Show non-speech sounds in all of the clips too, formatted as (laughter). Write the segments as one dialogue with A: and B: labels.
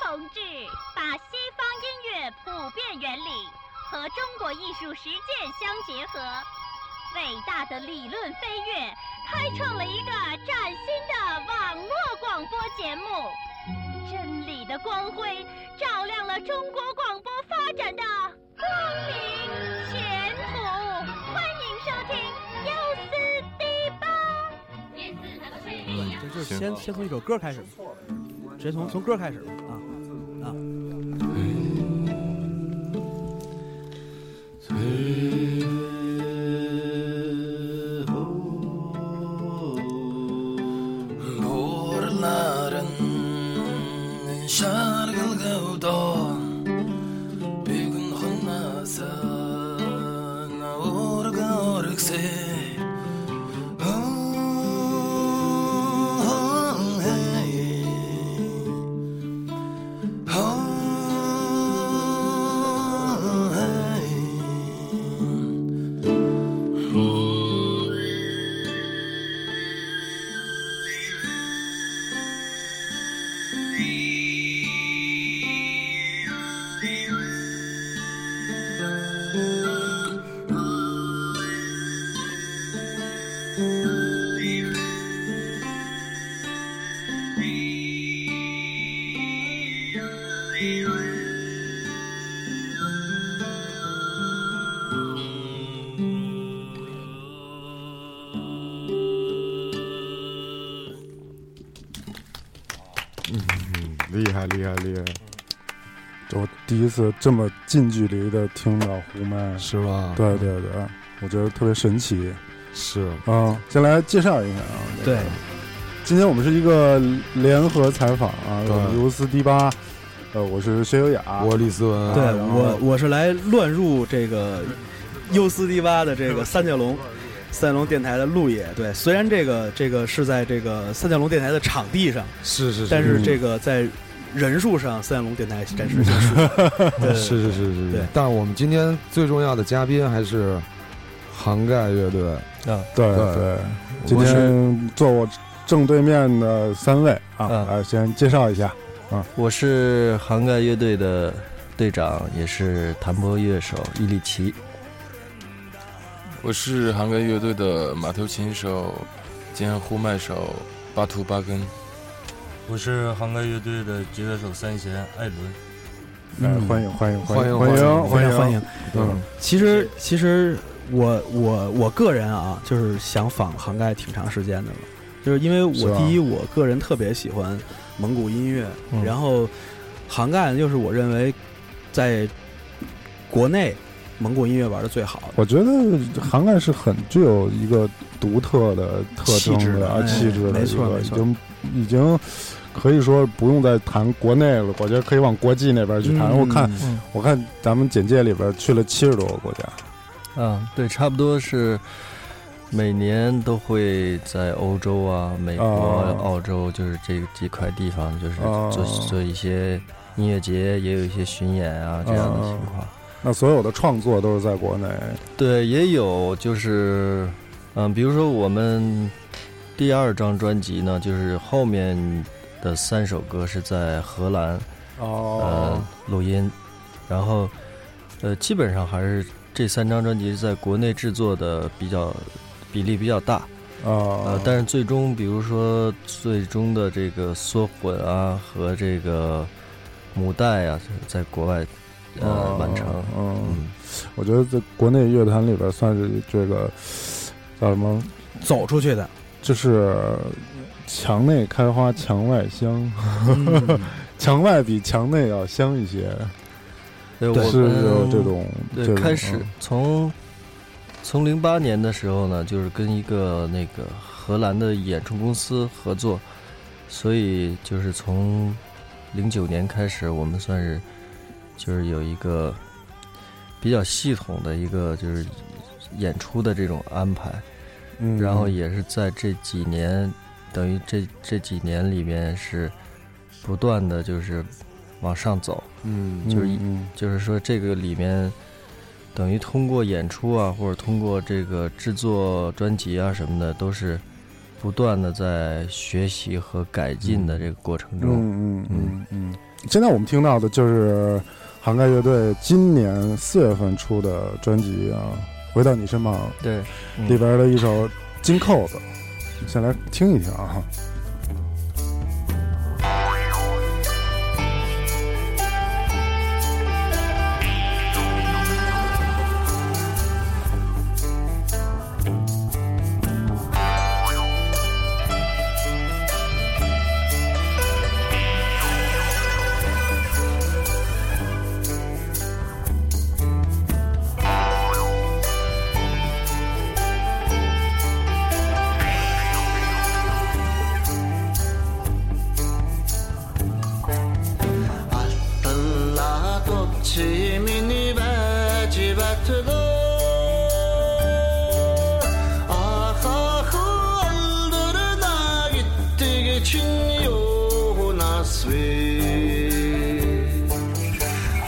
A: 同志把西方音乐普遍原理和中国艺术实践相结合，伟大的理论飞跃，开创了一个崭新的网络广播节目。真理的光辉照亮了中国广播发展的光明前途。欢迎收听优思迪吧。
B: 这就是先先从一首歌开始，直接从从歌开始啊啊！
C: Vårnaden انشار الغوضة بيكون خلنا سانا ورقا ورقسي
D: 厉害厉害厉害！
E: 我第一次这么近距离的听到胡麦，
D: 是吧？，
E: 对对对，我觉得特别神奇。
D: 是
E: 嗯，先来介绍一下啊，这个
B: 对，
E: 今天我们是一个联合采访啊，
D: 对
E: 有尤斯迪巴，呃，我是薛优雅，
D: 我李思文，
B: 对
E: 然后
B: 我我是来乱入这个优斯迪巴的这个三角龙。三角龙电台的路野，对，虽然这个这个是在这个三角龙电台的场地上，
D: 是是，
B: 但
D: (laughs)
B: 是
E: 嗯
B: 这个在人数上，三角龙电台暂时先输。对
D: 是是是是
B: 对
D: 是。但我们今天最重要的嘉宾还是涵盖乐队，
F: 啊，
E: 对
D: 对
E: 对，今
D: 我是
E: 天坐我正对面的三位啊，
F: 嗯
E: 来先介绍一下，
F: 我是涵盖乐队的队长，也是弹拨乐手伊里奇。
G: 我是韩国乐队的马头琴手兼呼麦手巴图巴根。
H: 我是杭盖乐队的吉他手三弦艾伦。
E: 哎
B: 嗯，
E: 欢迎欢迎
D: 欢
E: 迎
D: 迎
E: 欢
B: 非
E: 欢
B: 常欢
E: 迎，
B: 迎。
E: 嗯，
B: 其实其实我我我个人啊，就是想仿涵盖挺长时间的了，就是因为
E: 是
B: 我
E: 吧
B: 第一我个人特别喜欢蒙古音乐，
F: 嗯
B: 然后涵盖又是我认为在国内蒙古音乐玩的最好的。
E: 我觉得涵盖是很具有一个独特的特
B: 气质
E: 征
B: 的
E: 啊
B: 哎
E: 气质的
B: 没
E: 一
B: 错
E: 个，
B: 没
E: 已
B: 错
E: 经已经可以说不用再谈国内了，我觉得可以往国际那边去谈。我看
B: 嗯
E: 我看咱们简介里边去了七十多个国家，
F: 啊，对，差不多是每年都会在欧洲啊、美国、
E: 哦
F: 澳洲，就是这几块地方，就是
E: 哦
F: 做、做一些音乐节，也有一些巡演啊这样的情况。
E: 那所有的创作都是在国内。
F: 对，也有就是，嗯、比如说我们第二张专辑呢，就是后面的三首歌是在荷兰
E: 哦
F: 呃，录音，然后呃，基本上还是这三张专辑在国内制作的比较比例比较大，呃
E: 啊，，
F: 但是最终比如说最终的这个缩混啊和这个母带啊，在国外呃
E: 哦
F: 完成，
E: 嗯，
F: 嗯，
E: 我觉得在国内乐坛里边算是这个叫什么，
B: 走出去的，
E: 就是墙内开花墙外香，
F: 嗯
E: (laughs) 墙外比墙内要香一些，
F: 对，
E: 是
F: 我
E: 是有
F: 们
E: 这种这种
F: 对，开始从从零八年的时候呢，就是跟一个那个荷兰的演出公司合作，所以就是从零九年开始，我们算是就是有一个比较系统的一个就是演出的这种安排，
E: 嗯，
F: 然后也是在这几年，等于这这几年里面是不断的就是往上走。
D: 嗯，
F: 就是一
E: 嗯
F: 就是说这个里面等于通过演出啊，或者通过这个制作专辑啊什么的，都是不断的在学习和改进的这个过程中。
E: 嗯嗯嗯嗯嗯，现在我们听到的就是涵盖乐队今年四月份出的专辑啊，《回到你身旁
F: 对，》嗯
E: 里边的一首《金扣子》，先来听一听啊。
I: 알뜰라도 지민이 바지바트도 아하후 알들은 아기뜨게 친요 나스위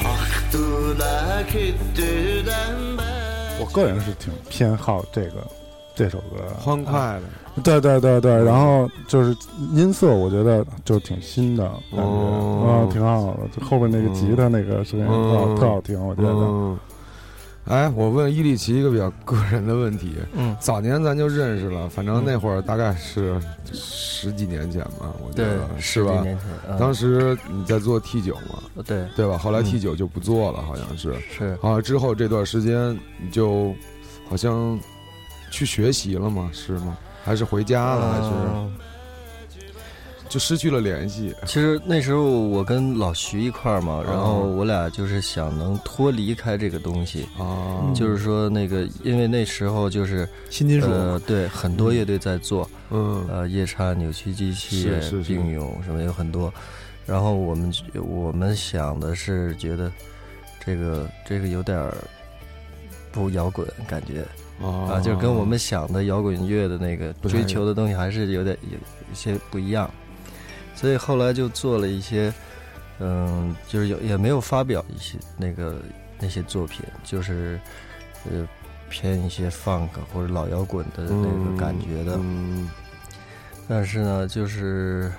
I: 아흐뚜다 기뚜단 바
E: 我个人是挺偏好这个这首歌，
D: 欢快的，
E: 对对对对，然后就是音色，我觉得就挺新的感觉，
D: 哦
E: 啊，挺好的。就后边那个吉他那个声音特好
D: 嗯
E: 特好听，我觉得。
D: 嗯。哎，我问伊利奇一个比较个人的问题。
F: 嗯，
D: 早年咱就认识了，反正那会儿大概是十几年前吧，我觉
F: 对
D: 得，嗯是
F: 十几
D: 吧？
F: 年前，
D: 当
F: 时
D: 时你在做 T 九嘛，
F: 对
D: 对吧？后来
F: 嗯
D: T 九就不做了，好像是。
F: 是
D: 好像之后这段时间你就好像去学习了吗？是吗？还是回家了？还是
F: 嗯
D: 就失去了联系？
F: 其实那时候我跟老徐一块儿嘛，然后
D: 嗯
F: 我俩就是想能脱离开这个东西，
D: 啊，
F: 就是说那个，因为那时候就是
B: 新金属，
F: 呃，对，很多乐队在做，
D: 嗯
F: 呃，夜叉、扭曲机器
D: 是是、是
F: 并勇什么有很多。然后我们我们想的是，觉得这个这个有点儿不摇滚感觉啊，
D: 啊
F: 就是跟我们想的摇滚乐的那个
D: 不太
F: 追求的东西还是有点有有一些不一样。所以后来就做了一些，嗯，就是有也没有发表一些那个那些作品，就是呃偏一些 funk 或者老摇滚的那个感觉的。
D: 嗯
F: 但是呢，就是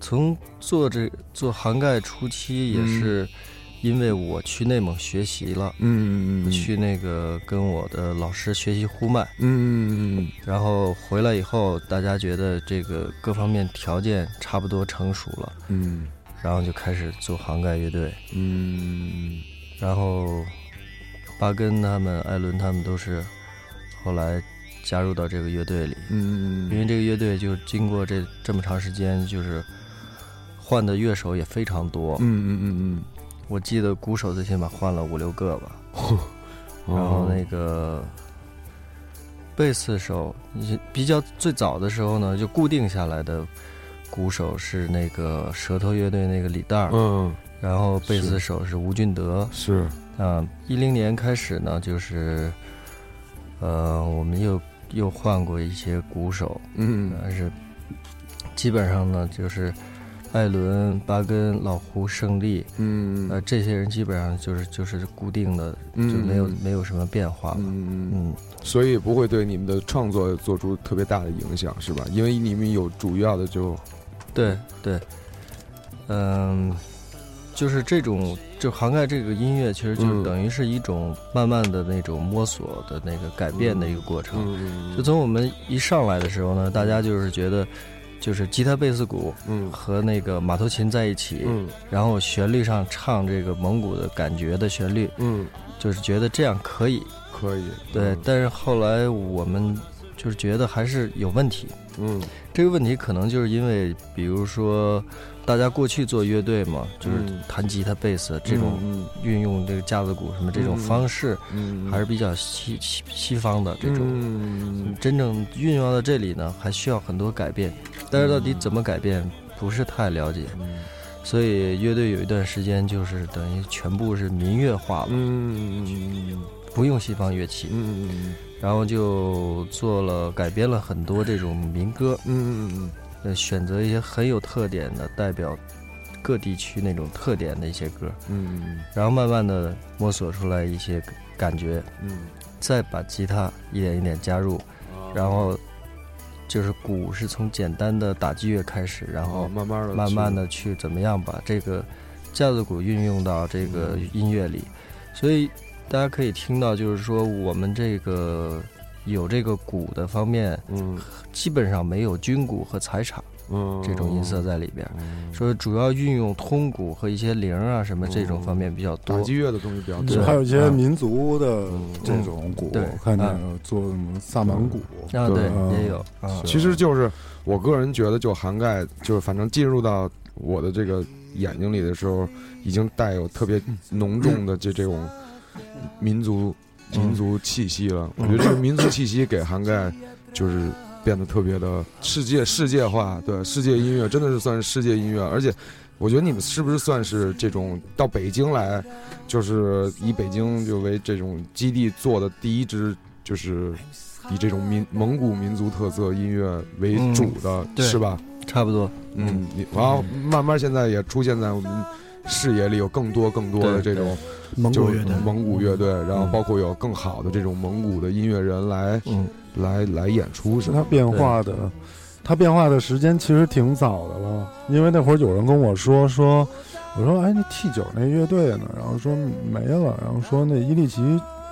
F: 从做这做涵盖初期，也是因为我去内蒙学习了，
D: 嗯嗯
F: 去那个跟我的老师学习呼麦，
D: 嗯嗯
F: 然后回来以后，大家觉得这个各方面条件差不多成熟了，
D: 嗯
F: 然后就开始做涵盖乐队，
D: 嗯
F: 然后巴根他们、艾伦他们都是后来加入到这个乐队里，
D: 嗯
F: 因为这个乐队就经过这这么长时间，就是换的乐手也非常多。
D: 嗯嗯
F: 我记得鼓手最起码换了五六个吧，
D: 嗯，
F: 然后那个贝斯手也比较最早的时候呢，就固定下来的鼓手是那个舌头乐队那个李诞儿，
D: 嗯
F: 然后贝斯手是吴俊德。
D: 是
F: 啊，一零年开始呢，就是呃，我们又又换过一些鼓手，
D: 嗯
F: 但是基本上呢，就是艾伦、巴根、老胡、胜利，
D: 嗯
F: 呃，这些人基本上就是就是固定的，就没有没有什么变化了。
D: 嗯，
F: 嗯，
D: 所以不会对你们的创作做出特别大的影响，是吧？因为你们有主要的就
F: 对对，嗯，就是这种就涵盖这个音乐，其实就是
D: 嗯
F: 等于是一种慢慢的那种摸索的那个改变的一个过程。
D: 嗯
F: 就从我们一上来的时候呢，大家就是觉得，就是吉他、贝斯、鼓
D: 嗯
F: 和那个马头琴在一起，
D: 嗯
F: 然后旋律上唱这个蒙古的感觉的旋律，
D: 嗯
F: 就是觉得这样可以。
D: 可以
F: 嗯对，但是后来我们就是觉得还是有问题。
D: 嗯
F: 这个问题可能就是因为，比如说大家过去做乐队嘛，就是
D: 嗯
F: 弹吉他、贝斯这种
D: 嗯
F: 运用这个架子鼓什么这种
D: 嗯
F: 方式，
D: 嗯嗯
F: 还是比较西西西方的这
D: 这
F: 种。
D: 种
F: 真正运用到这里呢，还需要很多改变，但是到底怎么改变，不是太了解。所以乐队有一段时间就是等于全部是民乐化了，
D: 嗯
F: 不用西方乐器，
D: 嗯
F: 然后就做了改编了很多这种民歌，
D: 嗯
F: 呃，选择一些很有特点的，代表各地区那种特点的一些歌，
D: 嗯
F: 然后慢慢的摸索出来一些感觉，
D: 嗯
F: 再把吉他一点一点加入，然后就是鼓是从简单的打击乐开始，然
D: 嗯
F: 后
D: 慢慢的
F: 慢慢的去怎么样把这个架子鼓运用到这个音乐里，所以大家可以听到，就是说我们这个有这个鼓的方面，
D: 嗯
F: 基本上没有军鼓和采镲
D: 嗯，
F: 这种音色在里边，
D: 嗯，
F: 所以主要运用通鼓和一些铃儿啊什么这种
D: 嗯
F: 方面比较多
D: 打。击乐的东西比较
E: 嗯
D: 多，
E: 还有一些
F: 嗯
E: 民族的
D: 嗯
E: 这种鼓，
F: 对
E: 我看见
F: 嗯
E: 有做什么萨满鼓，
F: 啊，对
E: 嗯，
F: 也有啊，
D: 其实就是我个人觉得，就涵盖，就是反正进入到我的这个眼睛里的时候，已经带有特别浓重的这这种民族
F: 嗯
D: 民族气息了。我觉得这个民族气息给涵盖，就是变得特别的世界世界化。对，世界音乐真的是算是世界音乐，而且。我觉得你们是不是算是这种到北京来，就是以北京就为这种基地做的第一支，就是以这种民蒙古民族特色音乐为主的，
F: 嗯对
D: 是吧？
F: 差不多。
D: 嗯，你然后慢慢现在也出现在我们视野里，有更多更多的
F: 对
D: 这种
B: 蒙
D: 就
B: 古
D: 是
B: 乐队，
D: 蒙古乐队，然后
F: 嗯
D: 包括有更好的这种蒙古的音乐人来
F: 嗯，
D: 来来演出，是
E: 是它
D: 吧？
E: 变化的，它变化的时间其实挺早的了。因为那会儿有人跟我说说，我说哎，那 T 九那乐队呢？然后说没了，然后说那伊利奇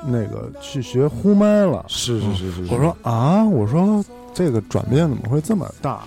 E: 那个去学呼麦了。
D: 是是是是，是
E: 我说啊，我说这个转变怎么会这么大？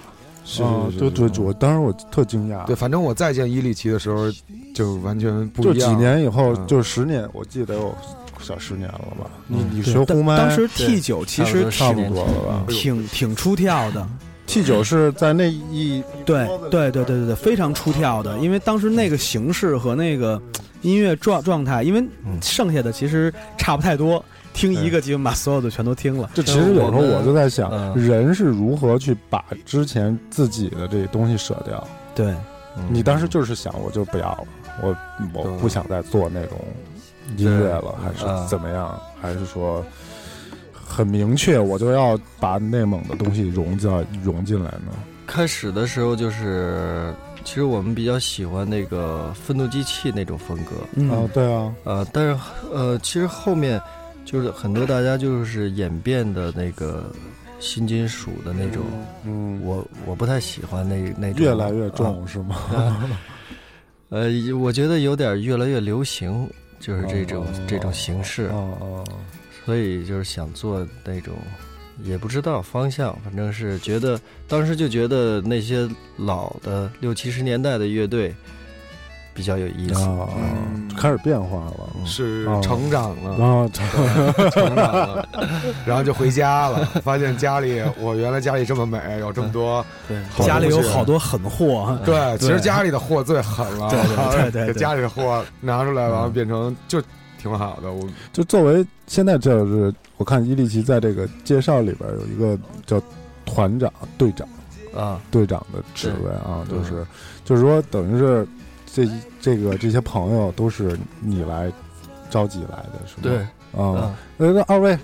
D: 是
E: 啊
D: 是是，
E: 对
D: 是
E: 对，我当时我特惊讶。
D: 对，反正我再见伊利奇的时候，就完全不
E: 就
D: 一
E: 几
D: 样。
E: 年以后，
D: 嗯
E: 就十年，我记得有小十年了吧？你
D: 嗯
E: 你
B: 对
E: 学
B: 但
E: 呼麦，
B: 当时 T
F: 对
B: 九其
F: 差不
B: 实
F: 多
E: 差
F: 十
E: 不
F: 年
B: 挺
E: 多了吧
B: 挺挺出跳的，
E: ？T 九是在那一
B: 对对对对对对，非常出跳的，因为当时那个形式和那个音乐状状态，因为剩下的其实差不太多，听一个基本把所有的全都听了。
E: 这其实有时候我就在想，
F: 嗯
E: 人是如何去把之前自己的这东西舍掉？
B: 对，
F: 嗯
E: 你当时就是想，我就不要了，我我
D: 对
E: 不想再做那种音乐了，还
F: 嗯
E: 是怎么样？还是说很明确，我就要把内蒙的东西融进融进来呢？
F: 开始的时候就是，其实我们比较喜欢那个愤怒机器那种风格，
E: 啊
B: 嗯，，
E: 对啊，
F: 呃，但是呃，其实后面就是很多大家就是演变的那个新金属的那种，
E: 嗯，
F: 我我不太喜欢那那种
E: 越来越
F: 啊
E: 重是
F: (laughs)
E: 吗？
F: 呃，我觉得有点越来越流行，就是这种、这种形
E: (laughs)
F: 式，
E: 哦哦，
F: 所以就是想做那种，也不知道方向，反正是觉得当时就觉得那些老的六七十年代的乐队比较有意思。
E: 啊，
F: 嗯
E: 开始变化了。
D: 是
E: 哦
D: 成长了，
E: 然后
D: (laughs)
E: 这
D: 成长了，然后就回家了，发现家里我原来家里这么美，有这么多，
B: 对，家里有
D: 啊
B: 好多狠货，
D: 对，其实
B: 对
D: 家里的货最狠了，
B: 对对对
D: (laughs)
B: 对对
D: 哦给家里的货拿出来，完了变成就挺好的，我
E: 就作为现在就是我看伊利奇在这个介绍里边有一个叫团长、队长、
F: 啊，
E: 队长的职位啊，
F: 对
E: 就是就是说等于是这这个这些朋友都是你来召集来的，是吗？
F: 对，
E: 啊
F: 啊，
E: 那那二位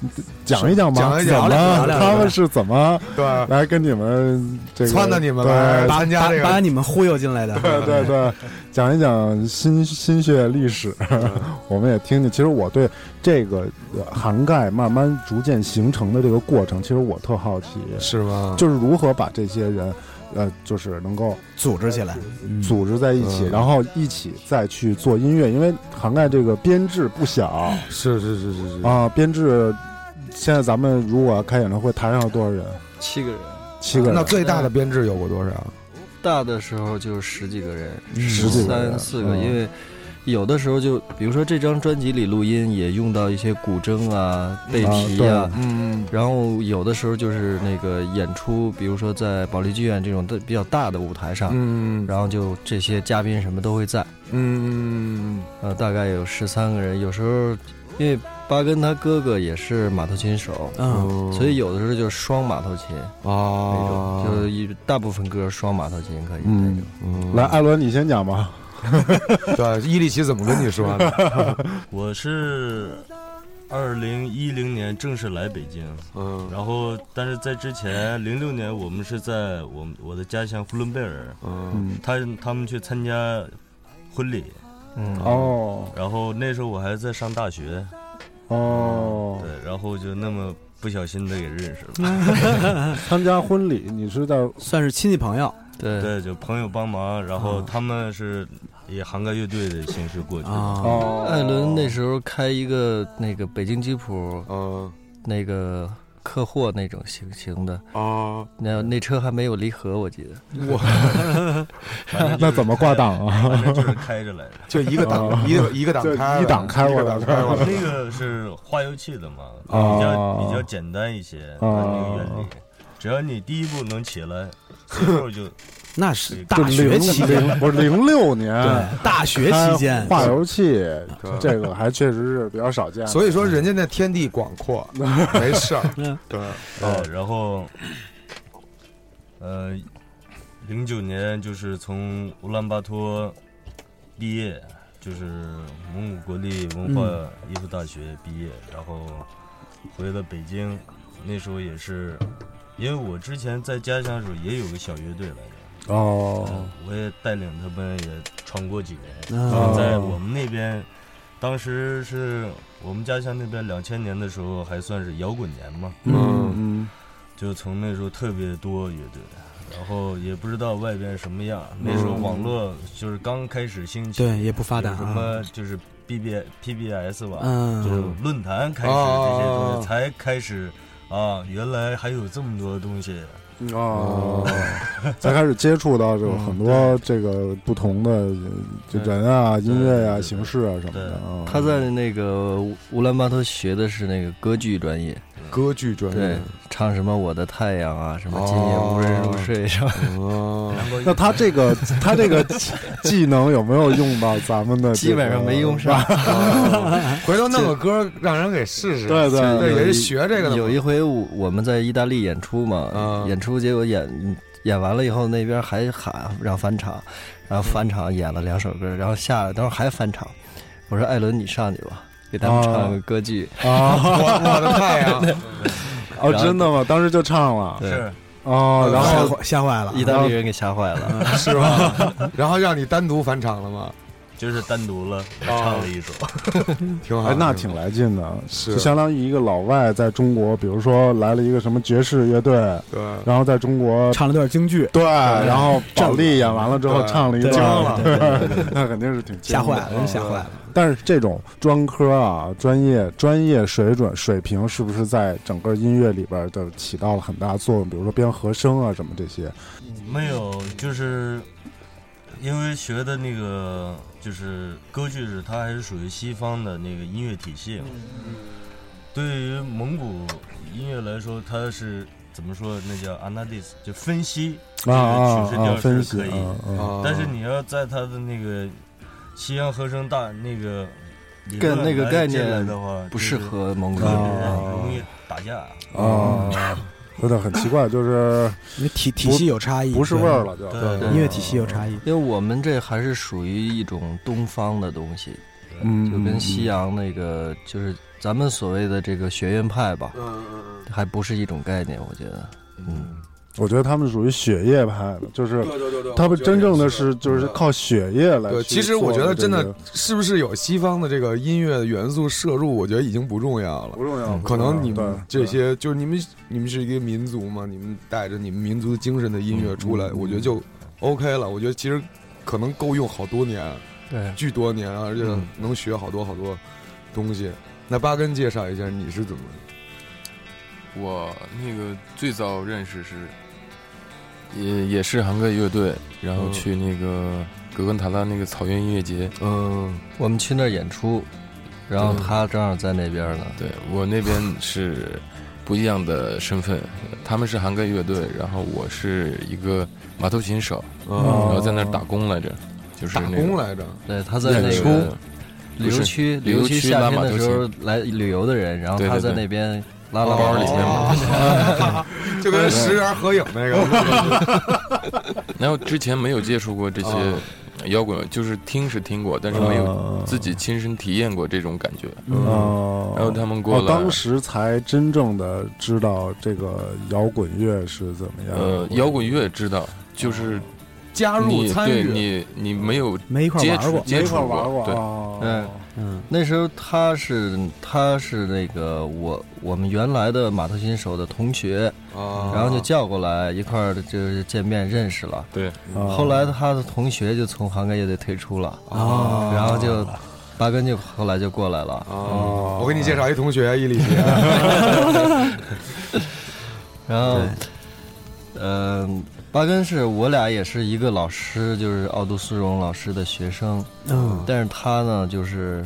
E: 你讲一讲吧，
D: 嗯讲一讲
E: 怎
B: 聊
E: 么
B: 聊聊
E: 他们是怎么
D: 对
E: 来跟你们这个
D: 撺掇你们来
E: 对
B: 把
D: 参加
B: 把
D: 这个
B: 把你们忽悠进来的。
E: 对 (laughs) 对对，讲一讲新新血历史，
D: 嗯
E: (laughs) 我们也听听。其实我对这个呃涵盖慢慢逐渐形成的这个过程，其实我特好奇，
D: 是吗？
E: 就是如何把这些人，呃，就是能够
B: (laughs) 组织起来，
E: 组织在一起，
D: 嗯
E: 然后一起再去做音乐，因为涵盖这个编制不小啊、
D: 是是是是是，
E: 编制。现在咱们如果要开演唱会，台上有多少人？
F: 七个人，
E: 七个
D: 那
E: 人，
D: 最大的编制有过多少？
F: 大的时候就十几个人，
D: 嗯
E: 十几个人
F: 三四个，
E: 嗯
F: 因为有的时候就比如说这张专辑里录音也用到一些古筝啊、贝皮
E: 啊
F: 啊。
D: 嗯，
F: 然后有的时候就是那个演出，比如说在保利剧院这种的比较大的舞台上，
D: 嗯
F: 然后就这些嘉宾什么都会在，
D: 嗯，
F: 呃，大概有十三个人。有时候因为巴根他哥哥也是马头琴手，
B: 嗯，
F: 所以有的时候就是双马头琴那
D: 啊
F: 种，，就是一大部分歌双马头琴可以那
E: 嗯
F: 种。，
D: 嗯
E: 来，艾伦，你先讲吧。
D: 对伊利奇怎么跟你说
E: (laughs)
D: 的？
H: 我是二零一零年正式来北京，
D: 嗯
H: 然后但是在之前零六年我们是在我们我的家乡呼伦贝尔，
D: 嗯
E: 嗯，
H: 他他们去参加婚礼，
F: 嗯，
E: 哦
H: 然后那时候我还在上大学，
E: 哦，
H: 对，然后就那么不小心的给认识了。
E: 嗯参加婚礼，你是在
B: 算是亲戚朋友，
F: 对，
E: 啊
H: 对，就朋友帮忙，然后
D: 嗯
H: 他们是以韩国乐队的形式过去的。
B: 啊，
E: 哦，
F: 艾哎伦那时候开一个那个北京吉普
D: 嗯
F: 那个客货那种型型的，
D: 啊，
F: 那那车还没有离合，我记得。
H: 反正就
E: (laughs)
H: 是
E: 那怎么挂档啊？
H: 反正就是开着来着。
D: 就一个
E: 哦
D: 档一个一个档
E: 就
D: 开了，
E: 一档开
D: 一
E: 过
D: 个
E: 来
D: 档开过来
H: 那哦个是化油器的嘛，比
E: 哦
H: 较比较简单一些，它那个原理，只要你第一步能起来，随后就
B: 那是
E: 就
B: 大哎学
E: 零
B: 期间，
E: 零不是零六年，
B: 对，大学期间
E: 开化油器
D: 对
E: 这个还确实是比较少见的，
D: 嗯所以说人家那天地广阔，没事儿，
B: 嗯
D: 对，
H: 对，然后，呃，零九年就是从乌兰巴托毕业，就是蒙古国立文化艺术大学毕业，然后回了北京。那时候也是，因为我之前在家乡的时候也有个小乐队来着，
E: 哦
H: 我也带领他们也闯过几年。
B: 啊
H: 在我们那边，当时是我们家乡那边两千年的时候，还算是摇滚年嘛。
E: 嗯嗯
H: 就从那时候特别多乐队，然后也不知道外边什么样。那时候网络就是刚开始兴起，
B: 嗯对也不发达
H: 有什
B: 啊，
H: 么就是 B B P B S 吧，就是
B: 嗯，
H: 论坛开始这些东西才开始啊，原来还有这么多东西。
E: 哦，才开始接触到这个很多这个不同的这
H: 对
E: 人啊、音乐
H: 对
E: 呀、
H: 对
E: 形式啊什么的啊。
F: 他在那个乌乌兰巴托学的是那个歌剧专业，
E: 嗯
D: 歌剧专
F: 对
D: 业，，
F: 唱什么《我的太阳》啊，什么
D: 哦
F: 《今夜无人入睡》什
E: (laughs)
F: 么，
D: 哦，
E: 那他这个他这个技技能有没有用到咱们的？啊
F: 基本上没用。上。
D: 回头弄个歌让人给试试，
E: 对对
D: 对，
E: 对
D: 也是学这个的嘛，
F: 有一回我我们在意大利演出嘛，
D: 嗯
F: 演出结果演演完了以后，那边还喊让翻场，然后翻场演了两首歌，然后下来，等会儿还翻场。我说艾伦你上去吧，给咱
D: 哦
F: 们唱个歌剧。
E: 啊！
D: 我我的太
E: (laughs)
D: 阳，
E: 哦，真的吗？当时就唱了
F: 对，
H: 是
E: 哦，然
B: 吓
E: 后
B: 坏吓坏了，
F: 意大利人给吓坏了。
D: 嗯是
E: (laughs)
D: 吧？然后让你单独返场了吗？啊
H: 就是单独了，
B: 哦
H: 我唱了一首。
D: 挺好
E: 哦哎，，那
D: 是
E: 挺
D: 吧
E: 来劲的，
D: 啊是
E: 就相当于一个老外在中国，比如说来了一个什么爵士乐队，
D: 对。
E: 然后在中国
B: 唱了段京剧，
E: 对，然后保利演完了之后
D: 对
E: 唱了一段，
B: 惊了
E: 对，那肯定是挺惊
B: 吓
E: 的
B: 坏
D: 哦
B: 了，人吓坏了。
E: 但是这种专科啊，专业专业水准水平是不是在整个音乐里边儿的起到了很大作用？比如说编和声啊什么这些。
H: 没有，就是因为学的那个就是歌剧是它还是属于西方的那个音乐体系嘛。
F: 嗯
H: 对于蒙古音乐来说，它是怎么说？那叫 analysis，就分析这
E: 啊啊
H: 个曲式
E: 啊！
H: 调
E: 分
H: 是
E: 析
H: 可以，
E: 啊啊！
D: 啊
H: 但是你要在它的那个西洋和声大那个理
F: 跟
H: 论
F: 那个
H: 来
F: 概
H: 进来
F: 念
H: 的话，
F: 不
H: 就
F: 适
H: 是
F: 合蒙古
H: 对，
D: 嗯
F: 人。
E: 啊
H: 容易打架。
E: 啊，有点很奇怪，就是
B: 因为体体系有差异，
E: 不是味儿了，就嗯
H: 对
B: 嗯对，音乐体系有差异。
F: 因为我们这还是属于一种东方的东西，
E: 嗯，
F: 就跟西洋那个就是咱们所谓的这个学院派吧，
G: 嗯
F: 还不是一种概念，我觉得。嗯，
E: 我觉得他们属于血液派的，就是
D: 对对对
E: 他们真正的是就是靠血液来去做这个。
D: 嗯对，其实我觉得真的是不是有西方的这个音乐元素摄入，我觉得已经不重要了。
E: 不重要，
D: 可能你
E: 不重
F: 嗯
E: 要
D: 们这些就是你们你们是一个民族嘛，你们带着你们民族的精神的音
F: 嗯
D: 乐出来，我觉得就 OK 了。我觉得其实可能够用好多年，
F: 对。
D: 巨多年，啊而且
F: 嗯
D: 能学好多好多东西。那巴根介绍一下你是怎么？
G: 我那个最早认识是，也也是韩国乐队，然后
D: 嗯
G: 去那个格根塔拉那个草原音乐节，
D: 嗯
F: 我们去那儿演出，然后他正好在那边呢。
G: 对我那边是不一样的身份，他们是韩国乐队，然后我是一个马头琴手，然
E: 哦
G: 后在那儿打工来着，就是
D: 打
G: 那
D: 工
G: 个
D: 来着，
F: 对，他在那
G: 演
F: 个
G: 出
F: 旅游区，
G: 不是
F: 旅游
G: 旅游
F: 区
G: 区
F: 夏
G: 拉
F: 天
G: 马
F: 的
G: 头
F: 时候来旅游的人，然后
G: 对
F: 他
G: 对
F: 在
G: 对
F: 那边拉拉
G: 包里面
F: 哦
G: 嘛。
D: (laughs) 就跟石原合影那
F: (laughs)
D: 个。
G: 然后之前没有接触过这些摇滚，就是听是听过，但是没有
E: 有
G: 自己亲身体验过这种感觉。
D: 嗯
B: 嗯
E: 哦，
G: 然后他们过
E: 我
G: 来，
E: 当时才真正的知道这个摇滚乐是怎么样。
G: 呃，摇滚乐知道，就是
D: 加入
G: 你
D: 参
G: 对
D: 与，
G: 你你没有
B: 没一块
G: 接
B: 玩
G: 触
B: 过，
E: 没
G: 接
E: 一
G: 触
E: 块玩过
G: 对，
E: 啊，
F: 嗯
B: 嗯
F: (laughs) 那时候他是他是那个我我们原来的码头新手的同学，
D: 啊，
F: 然后就叫过来一块儿就是见面认识了。
G: 对，
F: 后来他的同学就从航干乐队退出了，
B: 哦
F: 然后就八根就后来就过来了。
D: 哦，我给你介绍一同学，伊里杰，
F: 然后，嗯，八根是我俩也是一个老师，就是奥杜苏荣老师的学生，
B: 嗯
F: 但是他呢，就是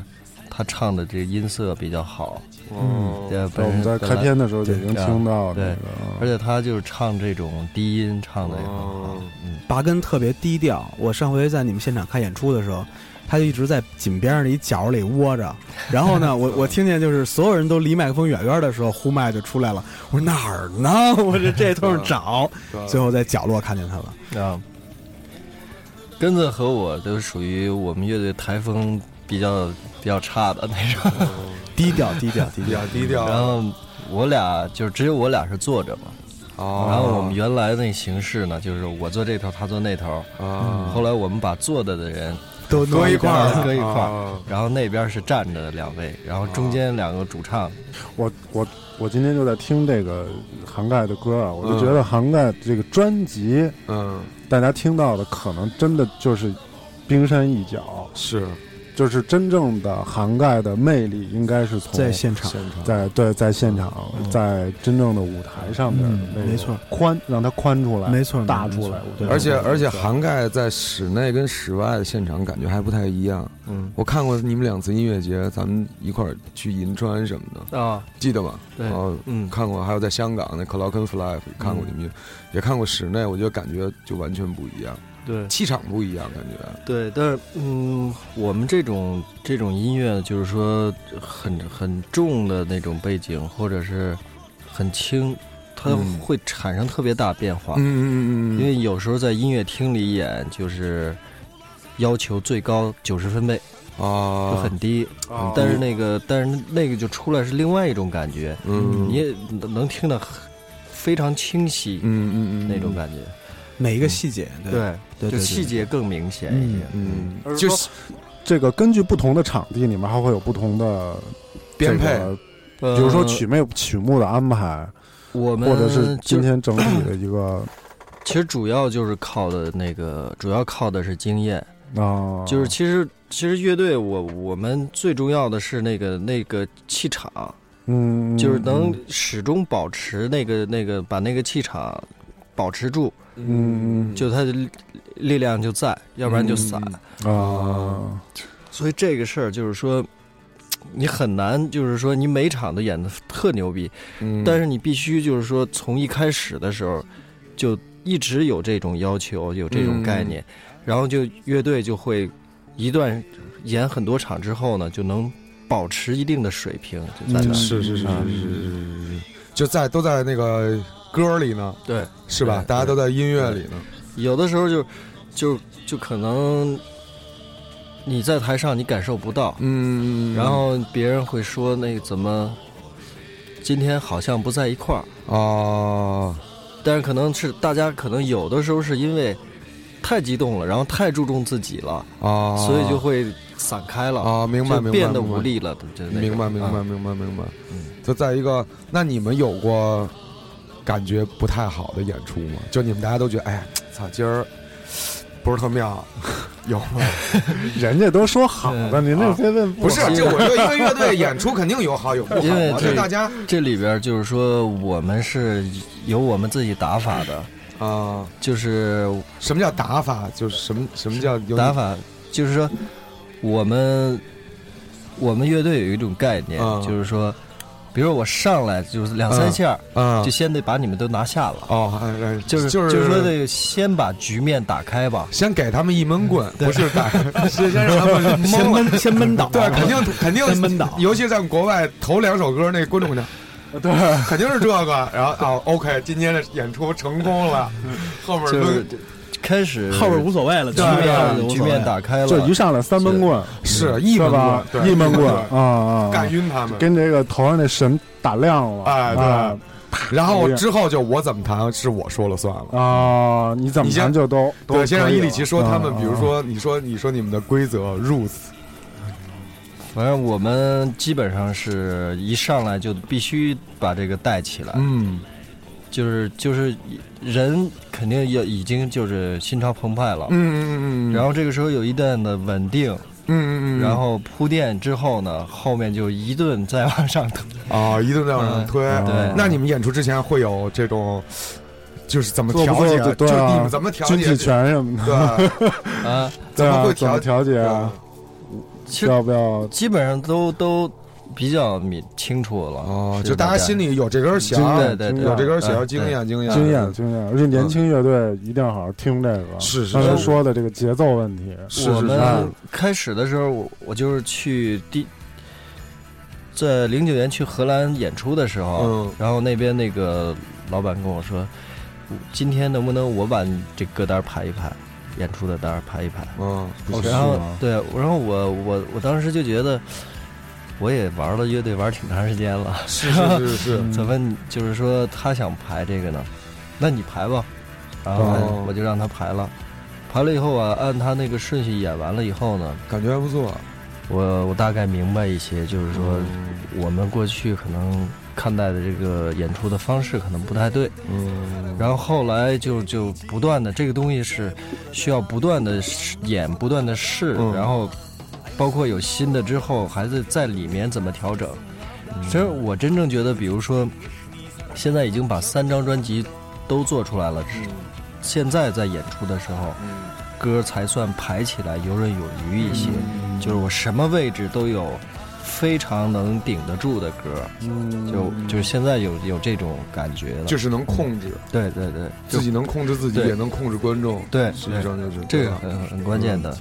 F: 他唱的这个音色比较好，
D: 哦
F: 对，
E: 嗯我
F: 本
E: 们
F: 身
E: 在开篇的时候就已经听到那
F: 对
E: 个，
F: 而且他就是唱这种低音唱的也很好
D: 哦，
F: 嗯，
B: 拔根特别低调。我上回在你们现场看演出的时候，他就一直在井边上的一角里窝着。然后呢，我我听见就是所有人都离麦克风远远的时候，呼麦就出来了。我说哪儿呢？ (laughs) 我这这通找，最后在角落看见他了。
F: 啊，根子和我都属于我们乐队台风比较比较差的那种，
B: 低调，低调，低
D: 比
B: 调
D: 较。低调。
F: 嗯然后我俩就是只有我俩是坐着嘛，
D: 哦，
F: 然后我们原来那形式呢，就是我坐这头，他坐那头，
D: 啊
F: 后来我们把坐着的人
B: 都
D: 搁一块儿了，
F: 搁一块儿
D: 啊，
F: 然后那边是站着的两位，然后中间两个主唱，
E: 我我我今天就在听这个涵盖的歌啊，我就觉得涵盖这个专辑，
D: 嗯，
E: 大家听到的可能真的就是冰山一角，
D: 是
E: 就是真正的涵盖的魅力应该是从
B: 在现场，
D: 现场，
E: 在对在现场，
F: 嗯
E: 在真正的舞台上面的
B: 嗯
E: 那个
B: 没错
E: 宽让它宽出来，
B: 没错，
E: 大
B: 没错
E: 出来，我觉得
D: 而且而且涵盖在室内跟室外的现场感觉还不太一样。
F: 嗯
D: 我看过你们两次音乐节，咱们一块儿去银川什么的，
F: 啊，
D: 记得吗？
F: 对
D: 然后
F: 嗯，
D: 看过，还有在香港那 c l o c k and Fly 看过你们，也看过室内，我觉得感觉就完全不一样，
F: 对
D: 气场不一样，感觉。啊
F: 对，但是嗯，我们这种这种音乐就是说很很重的那种背景，或者是很轻，它
D: 嗯
F: 会产生特别大变化。
D: 嗯嗯嗯
F: 因为有时候在音乐厅里演，就是要求最高九十分贝，嗯就
D: 啊，
F: 很低。
E: 嗯
D: 啊
F: 但是那个，但是那个就出来是另外一种感觉，
D: 嗯，
F: 你也能听得很非常清晰、
D: 嗯嗯嗯
F: 那种感觉。
B: 每一个细节，对对，
F: 就
B: 对
F: 细。节更明显一些。
D: 嗯，
E: 而是
D: 就
E: 说
D: 是
E: 这个根据不同的场地，你们还会有不同的
D: 编配
E: 这个
F: 呃
E: 比如说曲目曲目的安排，
F: 我们
E: 或者是
F: 就
E: 今天整体的一个
F: 其实主要就是靠的那个，主要靠的是经验。
E: 啊，
F: 就是其实其实乐队我我们最重要的是那个那个气场，
E: 嗯，
F: 就是能始终保持那个那个把那个气场保持住，
E: 嗯嗯
F: 就它的力力量就在，要不然就散。
E: 嗯啊，
F: 所以这个事儿就是说。你很难，就是说你每场都演的特牛逼，
D: 嗯，
F: 但
D: 是
F: 是你必须就是说从一开始的时候就一直有这种要求，有这种概念，
D: 嗯
F: 然后就乐队就会一段演很多场之后呢，就能保持一定的水平，就在那儿。
D: 是是是是是是，就在都在那个歌里呢，
F: 对，
D: 是吧？大家都在音乐里呢，
F: 有的时候就就就可能你在台上你感受不到，
D: 嗯，
F: 然后别人会说那个怎么今天好像不在一块儿，
D: 啊，
F: 但是可能是大家可能有的时候是因为太激动了，然后太注重自己了，
D: 啊，
F: 所以就会散开了，
D: 啊，明白
F: 就
D: 明白，
F: 变得
D: 明白
F: 无力了，就那种
D: 明白明白
F: 啊
D: 明白明白
F: 嗯，
D: 就在一个，那你们有过感觉不太好的演出吗？就你们大家都觉得，哎，操，今儿不是特妙， (laughs) 有吗？
E: 人家都说好的，您这非问
D: 不是
E: 好，
D: 就我觉得一个乐队演出肯定有好有不好
F: 因为
D: 嘛，
F: 这
D: 就大家
F: 这里边就是说，我们是有我们自己打法的，
D: 啊，
F: 就是
D: 什么叫打法？就是什么什么叫有
F: 打法，就是说我们我们乐队有一种概念，
D: 啊
F: 就是说，比如我上来就是两三下，
D: 啊
F: 就？先得把你们都拿下了，
D: 哦，哎哎
F: 就是
D: 就是
F: 说得先把局面打开吧。
D: 先给他们一闷棍，不是打，是先让他
B: (laughs)
D: 们
B: 先
D: 懵了。
B: 闷，先闷倒。
D: (laughs) 对，肯定肯定
B: 先闷倒
D: 尤其在国外头两首歌，那观众就，对，肯定是这个。然后啊，OK，今天的演出成功了，后面
F: 就是
D: 抡
F: 开始
B: 后边无所谓了，
F: 局面局面打开了，
E: 就一上来三闷棍，
D: 是一
E: 是
D: 闷
E: 吧
D: 棍？对，
E: 一闷棍
D: 对
E: 啊啊，
D: 干晕他们。
E: 跟这个头上那绳打亮了，
D: 哎对
E: 啊
D: 然后之后就我怎么弹是我说了算了。
E: 啊，你怎么
D: 你先
E: 弹就都都
D: 对，先让
E: 可以嗯
D: 伊里奇
E: 了
D: 说他们，
E: 啊
D: 比如说你说你说你们的规则 rules，
F: 反正我们基本上是一上来就必须把这个带起来，
D: 嗯，
F: 就是就是人肯定也已经就是心潮澎湃了
D: 嗯，嗯嗯嗯，
F: 然后这个时候有一定的稳定，
D: 嗯嗯嗯，
F: 然后铺垫之后呢，后面就一顿再往上
D: (laughs)
F: 推。
D: 啊，一顿再往上
F: 嗯
D: 推。
F: 对
D: 那你们演出之前会有这种，就是怎么
E: 做
D: 调
E: 不
D: 节
E: 做？对
D: 就
E: 啊
D: 是你们怎么调
E: 军
D: 节
E: 体
D: 这？
E: 拳
D: (laughs)
E: 什么的， (laughs)
D: 对，
F: 啊，
D: 怎
E: 对
D: 么
E: 啊，
D: 会
E: 怎么
D: 调？
E: 调节
D: 对
E: 啊
D: 啊？
F: 其实
E: 要不要？
F: 基本上都都比较明清楚了。
D: 哦，
F: 是
D: 就大家
F: 概
D: 心里有这根弦儿，
F: 对对对，
D: 有这根弦儿，
F: 嗯
D: 经。验经验
E: 经验经验，而且年轻乐队一定要好好听这个。
D: 啊是是
E: 刚才
D: 是
E: 说的这个节奏问题，
F: 对
D: 是
F: 我
D: 是
F: 们
D: 是，
F: 开始的时候，我我就是去第，在零九年去荷兰演出的时候，
D: 嗯
F: 然后那边那个老板跟我说，今天能不能我把你这歌单排一排，演出的单儿排一排。
D: 嗯，
E: 哦
F: 然
E: 是
F: 后
E: 吗
F: 对，然后我我我当时就觉得，我也玩了乐队玩挺长时间了，
D: (laughs) 是是是是，
E: 嗯
F: 怎么你就是说他想排这个呢？那你排吧，然后
D: 哦
F: 我就让他排了。排了以后啊，按他那个顺序演完了以后呢，
D: 感觉还不错。
F: 我我大概明白一些，就是说
D: 嗯
F: 我们过去可能看待的这个演出的方式可能不太对，
D: 嗯，
F: 然后后来就就不断的这个东西是需要不断的演，不断的试，
D: 嗯
F: 然后包括有新的之后，还是在里面怎么调整。
D: 嗯
F: 其实我真正觉得，比如说现在已经把三张专辑都做出来了，现在在演出的时候，
D: 嗯
F: 歌才算排起来游刃有余一些，
D: 嗯
F: 就是我什么位置都有非常能顶得住的歌，就就是现在有有这种感觉了。
D: 嗯就是能控制
F: 对对对，
D: 自己，能控制自己，
F: 嗯对
D: 也能控制观众。
F: 对
D: 实际上就是
F: 这
D: 对
F: 个
D: 吧
F: 很很关键
D: 嗯
F: 的，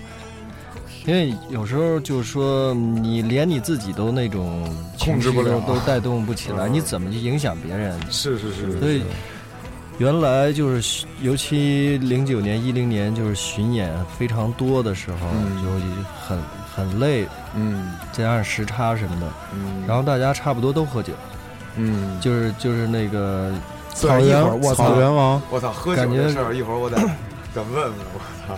F: 因为有时候就是说，你连你自己都那种
D: 控制不了
F: 情绪都都带动不起来，
D: 嗯
F: 你怎么去影响别人？
D: 是是是，
F: 所以原来就是，尤其零九年、一零年，就是巡演非常多的时候，
D: 嗯
F: 就很很累，
D: 嗯
F: 加上时差什么的，
D: 嗯，
F: 然后大家差不多都喝酒，
D: 嗯，
F: 就是就是那个
D: 对一会儿我操
E: 草原王，
D: 我操，喝
F: 感
D: 酒
F: 觉
D: 这事儿一会儿我得得问问我操。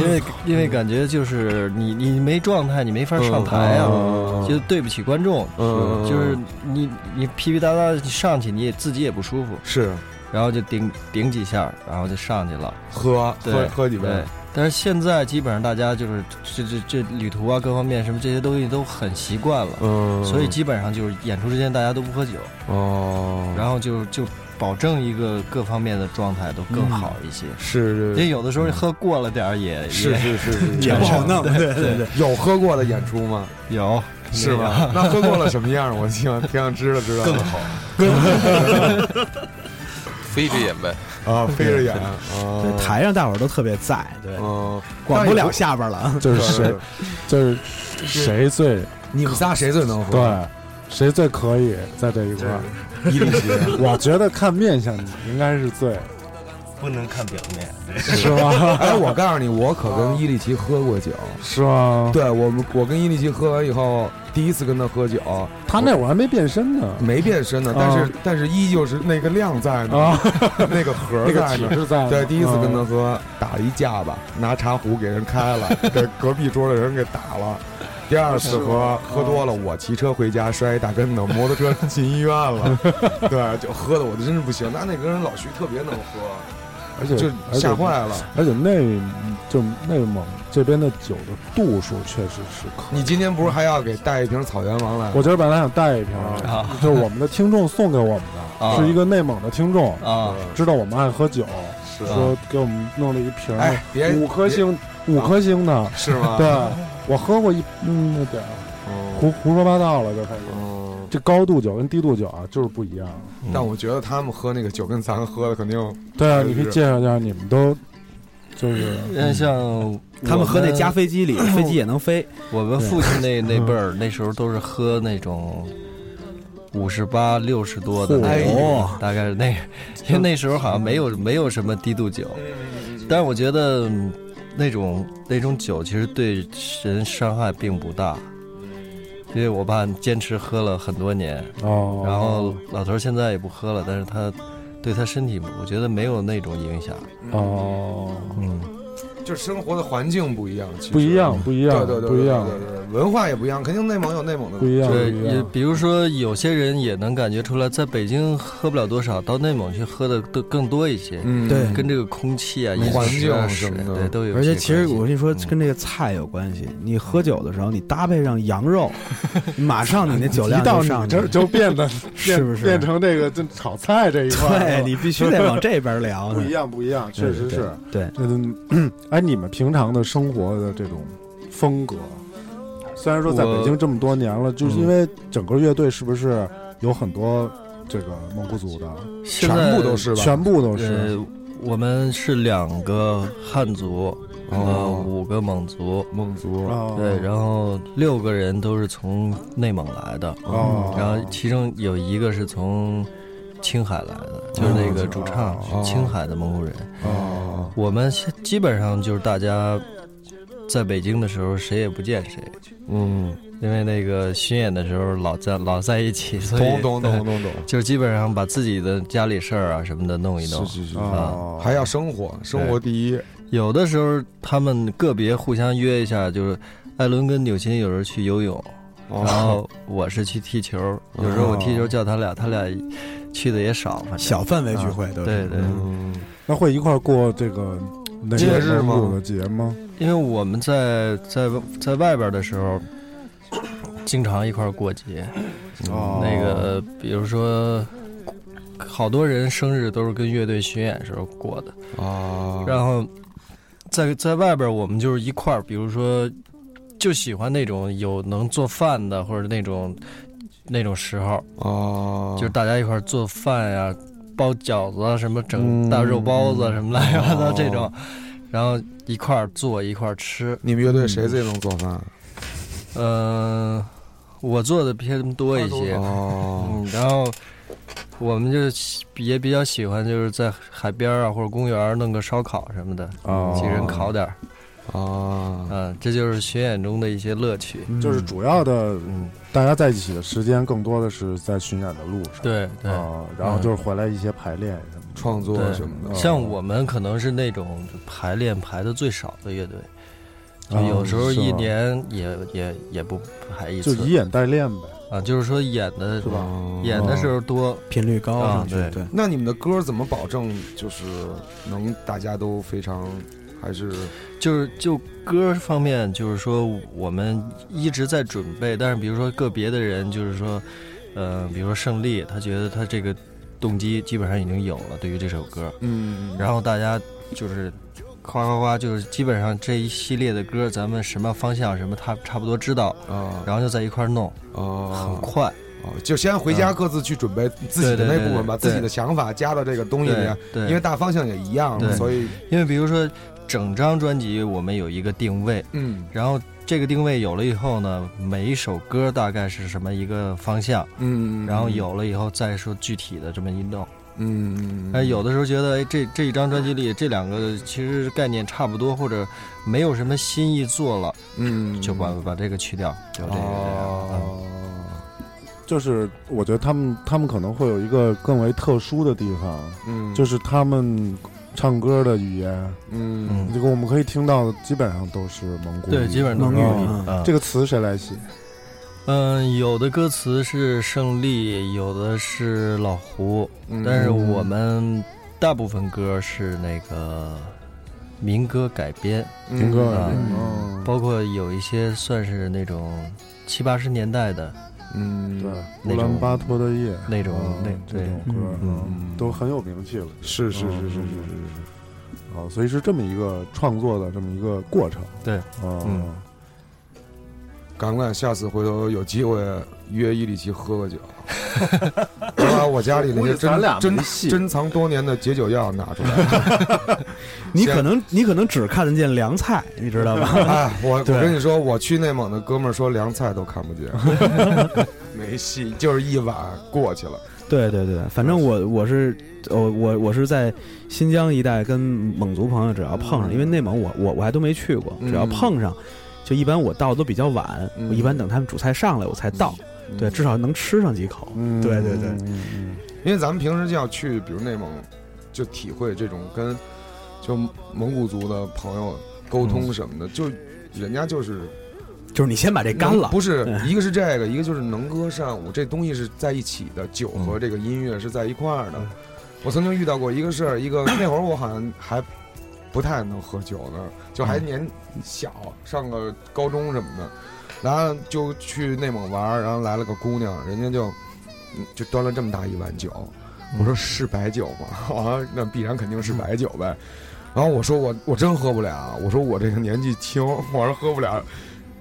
F: 因为因为感觉就是你你没状态，你没法上台啊，
D: 嗯嗯
F: 就对不起观众。
D: 嗯嗯
F: 就是你你噼噼哒哒你上去，你也自己也不舒服，
D: 是
F: 然后就顶顶几下，然后就上去了。
D: 喝喝
F: 对
D: 喝几杯，
F: 对，但是现在基本上大家就是这这这旅途啊，各方面什么这些东西都很习惯了，
D: 嗯，
F: 所以基本上就是演出之间大家都不喝酒，
D: 哦，
B: 嗯
F: 然后就就保证一个各方面的状态都更好一些。
B: 嗯
D: 是
F: 因为有的时候喝过了点儿也
D: 是
F: 也
D: 是是是
B: 也
D: 是
B: 不好弄，对 (laughs) 对对
D: 有喝过的演出吗？
F: 有
D: 是吧？那喝过了什么样？我挺想挺想知道知道的
H: 好，
G: 飞着演呗。
D: 啊，飞着演
B: 对，
D: 啊，
B: 台上大伙儿都特别在，对，
D: 嗯，
B: 管不了下边
E: (laughs)
B: 了。
E: 就是谁，就是谁最
D: 你们仨谁最能喝？
E: 对，谁最可以在这一块儿。
D: 对，伊丽奇， (laughs)
E: 我觉得看面相，你应该是最
H: 不能看表面。
E: 是吧？
D: 哎，我告诉你，我可跟伊丽奇喝过酒。
E: 是吗？
D: (laughs) 对我们，我跟伊丽奇喝完以后，第一次跟他喝酒，
E: 他那会儿还没变身呢
D: 没变身呢，但是但是依旧是那个量在呢，
E: 啊，
D: 那个盒儿
E: 那嗯个
D: 在
E: 体
D: 呢。
E: 是在
D: 对，第一次跟他
E: 呢
D: 喝，打了一架吧，
E: 嗯
D: 拿茶壶给人开
E: (laughs)
D: 了，给隔壁桌的人给打了。第二次喝喝多了，我骑车回家摔一大跟头，摩托车进医院
E: (laughs)
D: 了。对，就喝的我真是不行。那那个人老徐特别能喝，
E: 而且
D: 就
E: 而且
D: 吓坏了。
E: 而且内就内蒙这边的酒的度数确实是可以。
D: 你今天不是还要给带一瓶草原王来？
E: 我今儿本来想带一瓶儿，
F: 啊
E: 就是我们的听众送给我们的，
F: 啊
E: 是一个内蒙的听众，
B: 嗯
F: 啊，
E: 知道我们爱喝酒，
D: 是啊
E: 说给我们弄了一瓶儿，
D: 哎，啊别
E: 五颗星，五颗星的。
D: 是吗？
E: 对，我喝过一嗯那点儿
D: 嗯，
E: 胡胡说八道了，就开始。
D: 嗯
E: 这高度酒跟低度酒啊，就是不一样。
D: 但我觉得他们喝那个酒跟咱喝的肯定
E: 对啊，
D: 是
E: 你可以介绍一下，你们都就是
F: 嗯，像
B: 他
F: 我
B: 们喝那加飞机里，飞机也能飞，
F: 我们父亲那那辈儿，那时候都是喝那种五十八、六十多的那种
B: 嚯，
F: 大概是那个，因为那时候好像没有没有什么低度酒，但是我觉得嗯那种那种酒其实对人伤害并不大，因为我爸坚持喝了很多年，
E: 哦，
F: 然后老头儿现在也不喝了，但是他对他身体我觉得没有那种影响，
E: 哦，
F: 嗯，
D: 就是生活的环境不一样，其实
E: 不一样，不一
D: 对，
E: 样，
D: 对对对，
E: 不一样
D: 对，对对对文化也不一样，肯定内蒙有内蒙的
E: 不一样，不
F: 对，
E: 一
F: 也
D: 啊
E: 样。
F: 比如说有些人也能感觉出来，在北京喝不了多少，到内蒙去喝的都更多一些，
D: 嗯，
B: 对
F: 跟这个空气啊、饮
D: 环
F: 食啊、
D: 境
F: 水
D: 什么的
F: 对都有
B: 而
F: 一些关系。
B: 且其实我跟你说，
F: 嗯
B: 跟这个菜有关系。你喝酒的时候，你搭配上羊肉，马上你那酒量
E: (laughs) 一到
B: 就
E: 你
B: 上去
E: 这儿
B: 了，
E: 就变得
B: 是不是？
E: (laughs) 变成这个就炒菜这一块儿
B: 对
E: 了？
B: 你必须得往这边聊
E: (laughs) 不
B: 呢
E: 一。样，不一样，确实是。
B: 对，对
E: 嗯，哎，你们平常的生活的这种风格，虽然说在
F: 我
E: 北京这么多年了，就是
F: 嗯
E: 因为整个乐队是不是有很多这个蒙古族的，
F: 现在
D: 全部都是吧？
E: 全部都是
F: 呃，我们是两个汉族，呃，
D: 哦，
F: 五个蒙族，
D: 蒙族，
E: 啊？
F: 对，然后六个人都是从内蒙来的，
E: 哦
F: 然后其中有一个是从青海来的，就是那个主唱
D: 哦
F: 是青海的蒙古人。
D: 哦，
F: 我们现基本上就是大家在北京的时候谁也不见谁，
D: 嗯，
F: 因为那个巡演的时候老在老在一起，所
D: 懂
F: 以
D: 懂懂懂懂，
F: (laughs) 就是基本上把自己的家里事儿啊什么的弄一弄啊
D: 是。是是，
E: 哦，
D: 还要生活，生活第一，
F: 有的时候他们个别互相约一下，就是艾伦跟纽琴有时候去游泳，然
D: 哦，
F: 后我是去踢球，有时候我踢球叫他俩，他俩去的也少，反正
B: 小范围聚会都是。
F: 对对，
D: 嗯，
E: 那会一块儿过这个那
D: 节
E: 个
D: 日吗
E: 蒙古的节吗？
F: 因为我们在在在外边的时候，经常一块儿过节，
E: 哦，
F: 那个比如说。好多人生日都是跟乐队巡演时候过的，
D: 啊，
E: 哦
F: 然后在在外边我们就是一块儿，比如说就喜欢那种有能做饭的，或者那种那种时候，
D: 哦，
F: 就是大家一块儿做饭呀、包饺子啊，什么整
E: 嗯
F: 大肉包子啊什么乱七八糟
D: 哦
F: (laughs) 这种，然后一块儿做一块儿吃。
D: 你们乐队谁最能做饭？
F: 嗯、我做的偏多一些，
D: 哦，
F: 嗯，然后我们就喜也比较喜欢就是在海边儿啊或者公园儿弄个烧烤什么的，
E: 哦
F: 几人烤点儿，
D: 啊，
F: 嗯、这就是巡演中的一些乐趣。
E: 就是主要的，
F: 嗯，
E: 大家在一起的时间更多的是在巡演的路上，
F: 对对。
E: 啊，然后就是回来一些排练什么的。
D: 创作
F: 对
D: 什么的，
F: 像我们可能是那种排练排的最少的乐队，就嗯有时候
E: 哦是吗
F: 一年也、也也不排一
E: 哦就
F: 次
E: 以演代练呗，
F: 啊，就是说演的
E: 是吧？
D: 哦
F: 演的时候多，
B: 频率高
F: 啊
B: 上去，
F: 对
B: 对，
D: 那你们的歌怎么保证就是能大家都非常还是
F: 就是就歌方面，就是说我们一直在准备，但是比如说个别的人，就是说，呃，比如说胜利，他觉得他这个动机基本上已经有了对于这首歌，
D: 嗯
F: 然后大家就是夸夸夸，就是基本上这一系列的歌，咱们什么方向什么他差不多知道，
D: 啊
F: 然后就在一块儿弄，很
D: 啊
F: 快。
D: 啊，就先回家各自去准备自己的
F: 对对
D: 那
F: 对
D: 部分，把
F: 对
D: 自己的想法加到这个东西里
F: 对
D: 面，
F: 对，
D: 啊因为大方向也一样嘛，
F: 对
D: 所以
F: 因为比如说整张专辑我们有一个定位，
D: 嗯
F: 然后这个定位有了以后呢，每一首歌大概是什么一个方向，
D: 嗯，
F: 然后有了以后再说具体的这么一弄。
D: 嗯，
F: 哎，有的时候觉得哎，这这一张专辑里这两个其实概念差不多，或者没有什么新意做了，
D: 嗯
F: 就把把这个去掉，有这个这样。嗯
D: 哦
E: 就是我觉得他们他们可能会有一个更为特殊的地方，
D: 嗯
E: 就是他们唱歌的语言，
D: 嗯
E: 这个我们可以听到的基本上都是蒙古语。
F: 对，基本上
B: 蒙
F: 都
B: 语
F: 是
E: 哦
B: 啊，
F: 嗯
E: 这个词谁来写？
F: 嗯，有的歌词是胜利，有的是老胡，嗯
D: 哦嗯
F: 但是我们大部分歌是那个民歌改编，
D: 嗯
E: 听歌
F: 啊
E: 嗯，
F: 包括有一些算是那种七八十年代的
D: 嗯
E: 对，
F: 那
E: 乌
F: 种
E: 兰巴托的夜，
F: 那种
E: 嗯
F: 那
E: 这
F: 对
E: 种歌
D: 嗯
E: 嗯都很有名气了。
D: 是是是是是
E: 嗯
D: 是是。
E: 哦，所以是这么一个创作的这么一个过程。
F: 对，
E: 哦
F: 嗯，
D: 赶快，下次回头有机会约伊里奇喝个酒，我把我家里那
E: 估计
D: 些
E: 咱俩
D: 珍珍
E: 没戏
D: 珍藏多年的解酒药拿出来。
B: 你可能你可能只看得见凉菜，你知道吧？
D: 哎，我我
B: 对
D: 跟你说，我去内蒙的哥们儿说凉菜都看不见，没戏，就是一晚过去了。
B: 对对对，反正我我是我我我是在新疆一带跟蒙族朋友只要碰上，因为内蒙我我我还都没去过，
D: 嗯
B: 只要碰上，就一般我到的都比较晚，
D: 嗯
B: 我一般等他们主菜上来我才到，
D: 嗯
B: 对，至少能吃上几口。
E: 嗯
B: 对对对，
E: 嗯嗯
D: 因为咱们平时就要去，比如内蒙，就体会这种跟就蒙古族的朋友沟通什么的，就人家就是
B: 就是你先把这嗯干了
D: 不，是一个是这个，一个就是能歌善舞，这东西是在一起的，酒和这个音乐是在一块儿的。
B: 嗯
D: 我曾经遇到过一个事儿，一个那会儿我好像还不太能喝酒呢，就
B: 嗯
D: 还年小，上个高中什么的，然后就去内蒙玩儿，然后来了个姑娘，人家就嗯就端了这么大一碗酒，我说是白酒吗？ (laughs) 啊，那必然肯定是白酒呗。然后我说我我真喝不了，我说我这个年纪轻，我说喝不了。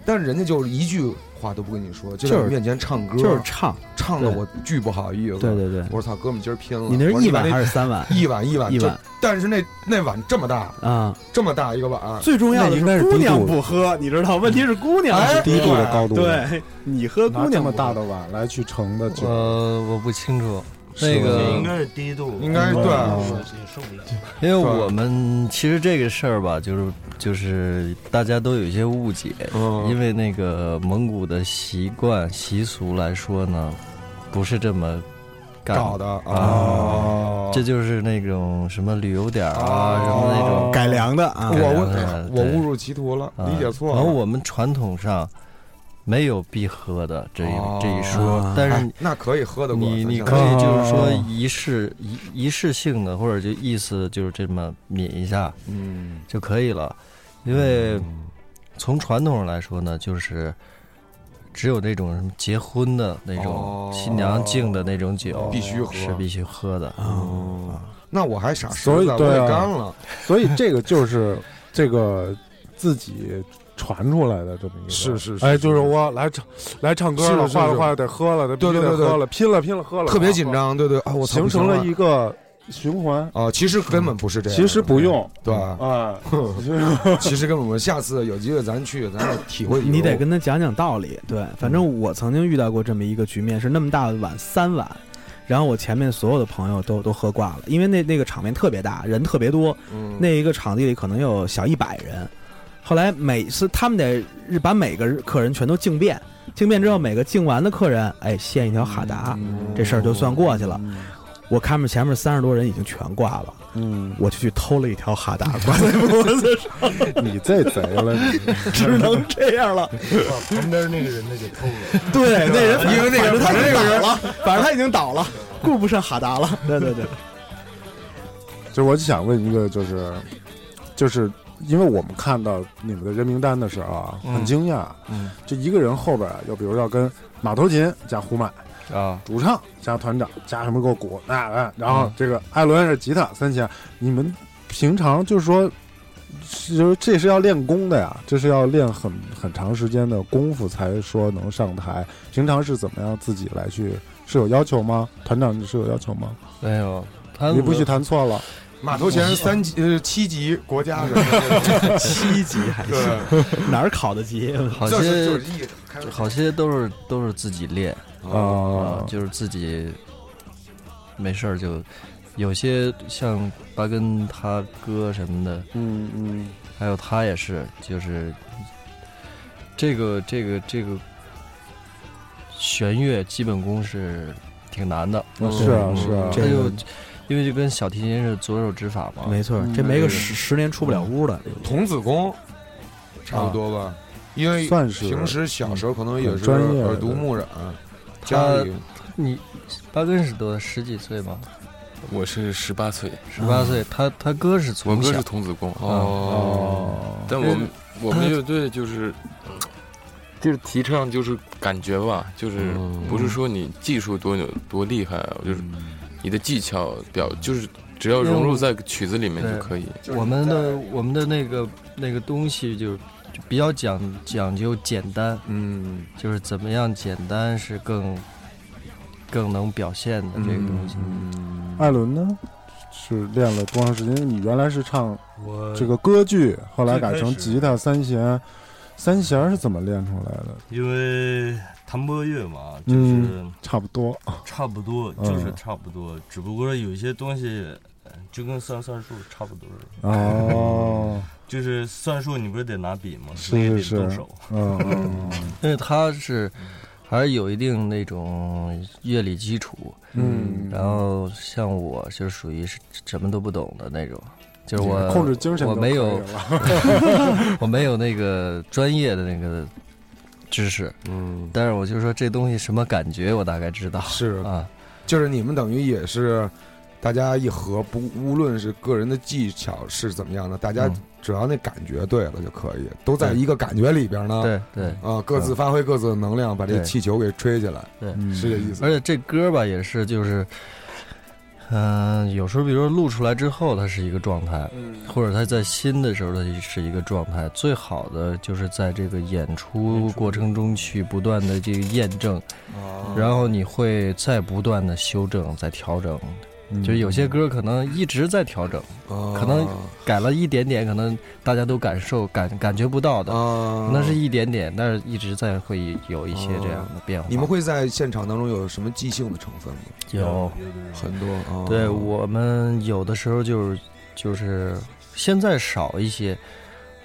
D: 但是人家就是一句话都不跟你说，就在
B: 就是
D: 你面前唱歌，
B: 就是唱。
D: 唱的
B: 对
D: 我巨不好意思。
B: 对对对，
D: 我说操，哥们今儿拼了。
B: 你那
D: 我说
B: 是一
D: 把
B: 碗还是三碗？
D: 一碗一碗
B: 一
D: 就
B: 碗
D: 但是那那碗这么大，
B: 啊，
D: 这么大一个碗，
B: 最重要
E: 那
B: 的
E: 应该是
B: 姑
E: 低
B: 娘
E: 度的
B: 不喝，你知道？问题是姑娘
D: 哎
B: 不喝
E: 低度的高度，，
B: 对你喝
E: 拿
B: 姑
E: 这
B: 娘
E: 么
B: 不
E: 大
B: 喝
E: 的碗来去盛的酒，
F: 呃，我不清楚，那
H: 应
F: 个
H: 该是低度，
D: 应
E: 嗯
D: 该是对啊
B: 啊
H: 也受不了。
F: 因为我们其实这个事儿吧，就是就是大家都有一些误解，
D: 嗯
F: 因为那个蒙古的习惯习俗来说呢，不是这么干
D: 搞的
F: 啊
D: 啊，
F: 这就是那种什么旅游点儿啊，什么那种
D: 哦
B: 改良的啊
D: 我
F: 改良
D: 误
F: 的
D: 我
F: 对
D: 误入歧途了，
F: 啊
D: 理解错
F: 然
D: 了。
F: 后我们传统上没有必喝的这一
D: 哦
F: 这一说
B: 啊，
F: 但是
D: 哎那可以喝的过，
F: 你你
D: 咱
F: 可
D: 现在
F: 以就是说
E: 哦
F: 仪式仪仪式性的，或者就意思就是这么抿一下
D: 嗯，
F: 就可以了，因为从传统上来说呢，就是只有那种什么结婚的那
D: 哦
F: 种新娘敬的那种酒
D: 必须喝
F: 是必须喝的，
D: 哦，那我还傻实
E: 所以
D: 在，我
E: 对
D: 也
E: 啊
D: 干了。
E: 所以这个就是这个自己传出来的这么一个，
D: 是是是
E: 哎，就是我来唱来唱歌了，
D: 是是
E: 坏了
D: 是
E: 坏了得喝了，得必须
D: 对对
E: 得
D: 对对
E: 喝了，拼了拼了喝了，
D: 特别紧张，对对啊，我操
E: 形成
D: 不
E: 了
D: 行
E: 一个循环。
D: 啊，其实根本不是这样，
E: 其实不，用
D: 对，
E: 啊，
D: 其实根本不。下次有机会咱去，咱要体会体会。
B: 你得跟他讲讲道理。对，反正我曾经遇到过这么一个局面，是那么大的碗三碗，然后我前面所有的朋友都都喝挂了，因为那那个场面特别大，人特别多，
D: 嗯
B: 那一个场地里可能有小一百人。后来每次他们得把每个客人全都敬遍，敬遍之后每个敬完的客人，哎，献一条哈达，这事儿就算过去了。我看着前面三十多人已经全挂了，
E: 嗯，
B: 我就去偷了一条哈达挂在脖子上，
E: 嗯你这贼了，你
B: 只能这样了。
H: 把旁边那个人那给偷了，
B: 对，那人
D: 因为那个
B: 反正
D: 反
B: 他已经倒了，反
D: 正那个人
B: 正他已经倒了，顾不上哈达了。对对对，
E: 就是我想问一个，就是就是因为我们看到你们的人名单的时候啊，
F: 嗯
E: 很惊讶，
F: 嗯
E: 就一个人后边啊，要比如要跟马头琴加胡麦、
F: 啊，嗯
E: 主唱加团长加什么个鼓，哎哎，然后这个艾伦是吉他三弦，你们平常就是说。是就是这是要练功的呀，这是要练很很长时间的功夫才说能上台。平常是怎么样自己来去？是有要求吗？团长你是有要求吗？
F: 没有，哎他
E: 你不许弹错了。
D: 码头前三级呃七级国家什么的，
B: 七级还行，
D: 对，
B: 哪儿考得及？
F: 好
D: 就是就
F: 些
D: 是一开始
F: 好些都是都是自己练啊
E: 啊，
F: 就是自己没事儿就。有些像巴根他哥什么的，
E: 嗯嗯，
F: 还有他也是，就是这个这个这个弦乐基本功是挺难的，
E: 啊是啊
F: 嗯
E: 是啊，
F: 这
B: 这
F: 就
B: 个
F: 因为就跟小提琴是左手指法嘛，
B: 没错，这没个十十年出不了屋的。
D: 童子功差
F: 啊
D: 不多吧，因为
E: 算是
D: 平时小时候可
F: 嗯
D: 能也
E: 很
D: 是
E: 专业的
D: 耳濡目染，家
F: 他
D: 里
F: 你巴根是多十几岁嘛，
G: 我是十八岁，
F: 十八岁，他他哥是
G: 我
F: 从
G: 哥
F: 小啊
G: 是童子功，嗯
E: 哦，
G: 但我们我们乐队就是就是提倡就是感觉吧，就是不是说你技术多牛多厉害啊，就是你的技巧表就是只要融入在曲子里面就可以。
F: 我们的我们的那个那个东西就就比较讲讲究简单，
D: 嗯
F: 就是怎么样简单是更更能表现的这个
G: 嗯
F: 东西。
E: 艾伦呢是练了多长时间？你原来是唱
H: 我
E: 这个歌剧，后来改
H: 最
E: 成
H: 开始
E: 吉他三弦，三弦是怎么练出来的？
H: 因为弹拨乐嘛，就
E: 嗯
H: 是
E: 差不多，
H: 差不多，就是差不多，只不过有一些东西呃就跟算算数差不多。
E: 哦，
H: 就是算数，你不是得拿笔吗？
E: 是
H: 也得
E: 是
H: 动手。
E: (laughs) 嗯嗯
F: 因为他是还是有一定那种乐理基础，
E: 嗯，
F: 然后像我就是属于是什么都不懂的那种，就是我
E: 控制精神
F: 我
E: 就
F: 没
E: 可以
F: 有
E: 了
F: 我没有那个专业的那个知识，
D: 嗯，
F: 但是我就说这东西什么感觉，我大概知道
D: 是
F: 啊，
D: 就是你们等于也是大家一合，不无论是个人的技巧是怎么样的，大家
F: 嗯
D: 只要那感觉对了就可以，都在
F: 对
D: 一个感觉里边呢。
F: 嗯对对。
D: 啊，各自发挥各自的能量，把这
F: 对嗯哎
D: 气球给吹起来，
B: 嗯
D: 是这意思。
F: 而且这歌吧也是就是，嗯、有时候比如说录出来之后，它是一个状态，
D: 嗯
F: 或者它在新的时候它是一个状态。最好的就是在这个演出过程中去不断的这个验证，
D: 哦
F: 然后你会再不断的修正、再调整。
D: 嗯
F: 就是有些歌可能一直在调整，
D: 可
F: 可能改了一点点，可能大家都感受感感觉不到的，
D: 啊，
F: 那是一点点，但是一直在会有一些这样的变化。
D: 哦你们会在现场当中有什么即兴的成分吗？
F: 有
D: 很多啊，
F: 对我们有的时候就是就是现在少一些，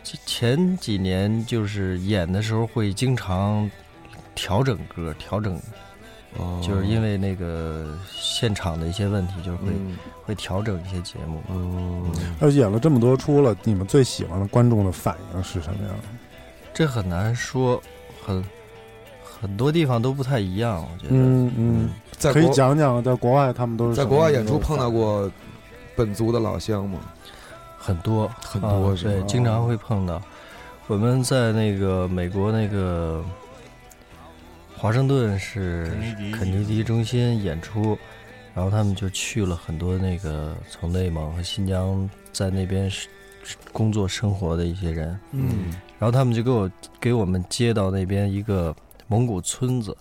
F: 前前几年就是演的时候会经常调整歌，调整
D: 哦，
F: 就是因为那个现场的一些问题，就是会、
D: 嗯
F: 会调整一些节目。
D: 嗯
E: 呃，演了这么多出了，你们最喜欢的观众的反应是什么样的？
F: 这很难说，很很多地方都不太一样，我觉得。
E: 嗯嗯，
D: 在
E: 可以
D: 国
E: 讲讲在国外他们都是
D: 在
E: 什
D: 国
E: 么
D: 外
E: 样
D: 演出
E: 的
D: 碰
E: 反
D: 到
E: 应
D: 过本族的老乡吗？
F: 很多
D: 很多
F: 啊
D: 是
F: 对
D: 吗，
F: 经常会碰到。我们在那个美国那个华盛顿是
H: 肯尼迪
F: 肯尼迪中心演出，然后他们就去了很多那个从内蒙和新疆在那边是是工作生活的一些人，
B: 嗯
F: 然后他们就给我给我们接到那边一个蒙古村子，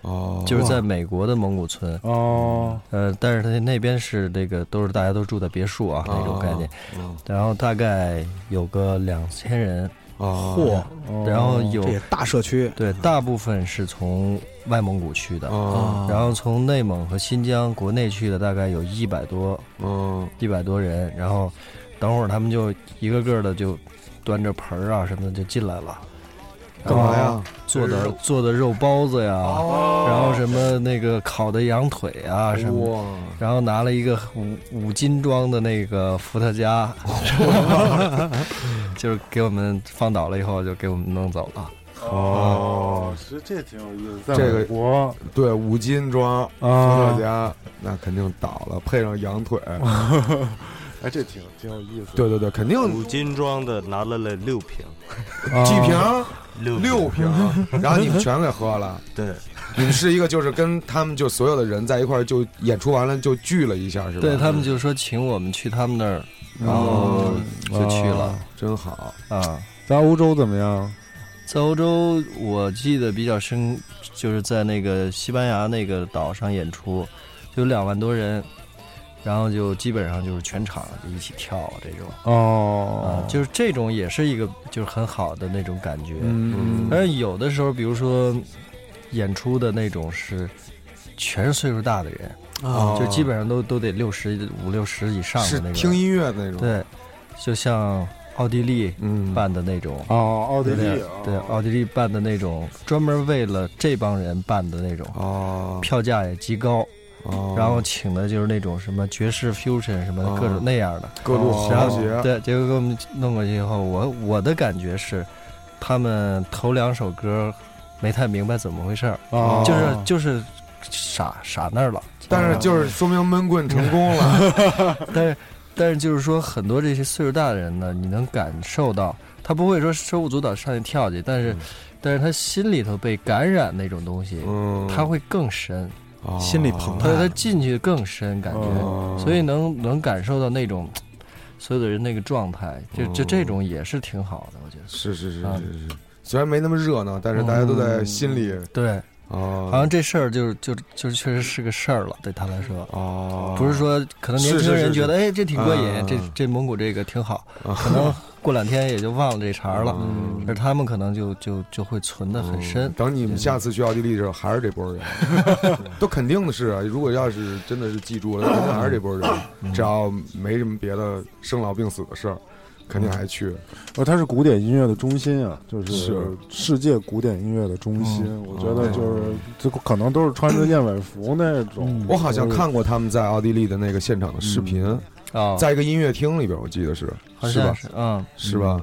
D: 哦，
F: 就是在美国的蒙古村，
E: 哦，
F: 呃，但是他那边是那个都是大家都住在别墅啊那种概念，
D: 哦
F: 然后大概有个两千人，
D: 哦
B: 嚯，
E: 哦
F: 然后有
B: 这也大社区
F: 对大部分是从外蒙古去的，
D: 哦
F: 然后从内蒙和新疆国内去的大概有一百多
D: 嗯
F: 一百多人，然后等会儿他们就一个个的就端着盆儿啊什么的就进来了，
D: 干嘛呀？
F: 做的做的肉包子呀，然后什么那个烤的羊腿啊什么的。
D: 哇，
F: 然后拿了一个五五斤装的那个伏特加， (laughs) 就是给我们放倒了以后就给我们弄走了。
E: 哦，是这啊挺有意思，在
D: 这个
E: 美国
D: 对，五斤装伏
E: 啊
D: 特，加，那肯定倒了，配上羊腿，
E: 哎，这挺挺有意思的，
D: 啊对对对，肯定
H: 五斤装的拿了了六瓶，
E: 啊
D: 几瓶
H: 六
D: 六瓶，然后你们全给喝 (laughs) 了。
H: 对，
D: 你们是一个就是跟他们就所有的人在一块儿就演出完了就聚了一下是吧？
F: 对他们就说请我们去他们那儿，然
E: 啊
F: 后
E: 嗯
F: 就去了
D: 真好，
F: 啊。
E: 在欧洲怎么样？
F: 在欧洲，我记得比较深，就是在那个西班牙那个岛上演出，有两万多人，然后就基本上就是全场就一起跳这种啊
E: 哦，，
F: 就是这种也是一个就是很好的那种感觉。
E: 嗯，
F: 但是有的时候，比如说演出的那种是全是岁数大的人，
D: 啊
F: 就基本上都都得六十五六十以上的
D: 是
F: 那种。
D: 听音乐那种。，
F: 对，就像奥地利
D: 嗯，
F: 办的那种，
E: 哦，啊奥地
F: 对
E: 利
F: 对，对，
E: 啊
F: 奥地利办的那种，专门为了这帮人办的那种，
D: 哦，
F: 票价也极高，
D: 哦
F: 然后请的就是那种什么爵士 fusion 什么
D: 哦
F: 的各种那样的，
D: 各路
E: 哦
D: 豪
F: 然后
D: 杰，
F: 对，结果给我们弄过去以后，我我的感觉是，他们头两首歌没太明白怎么回事儿，
E: 哦
F: 就是就是傻傻那儿了，
D: 但是就是说明闷棍成功了。
F: (laughs) 但是但是就是说，很多这些岁数大的人呢，你能感受到他不会说手舞足蹈上去跳去，但是、但是他心里头被感染那种东西，
D: 嗯，
F: 他会更深，
D: 哦
B: 心里澎
F: 他
B: 湃
F: 他进去更深感觉，
D: 哦
F: 所以能能感受到那种所有的人那个状态，
D: 嗯
F: 就就这种也是挺好的，我觉得。
D: 是是是
F: 啊嗯
D: 是是，虽然没那么热闹，但是大家都在心里
F: 对，
D: 哦，
F: 好像这事儿就是就就确实是个事儿了，对他来说，
D: 哦，
F: 不是说可能年轻
D: 是是是
F: 人觉得哎这挺过
D: 啊
F: 瘾，这这蒙古这个挺
D: (laughs)
F: 好，
D: 啊
F: 可能过两天也就忘了这茬儿了，
D: 嗯
F: 而他们可能就就就会存得很深。
D: 等你们下次去奥地利的时候，还是这
F: (laughs)
D: 波人，都肯定的是啊。如果要是真的是记住了，肯定还是这波
F: 嗯
D: 人。只要没什么别的生老病死的事儿，肯定还去。
E: 哦，它是古典音乐的中心啊，就是是嗯哦世界古典音乐的中心。我觉得就是，这可能都是穿着燕尾服那种。
F: 嗯
D: 我好像看过他们在奥地利的那个现场的视频，
F: 啊，
D: 在一个音乐厅里边，我记得是
F: 好
D: 是吧
F: 像是嗯，
D: 是吧？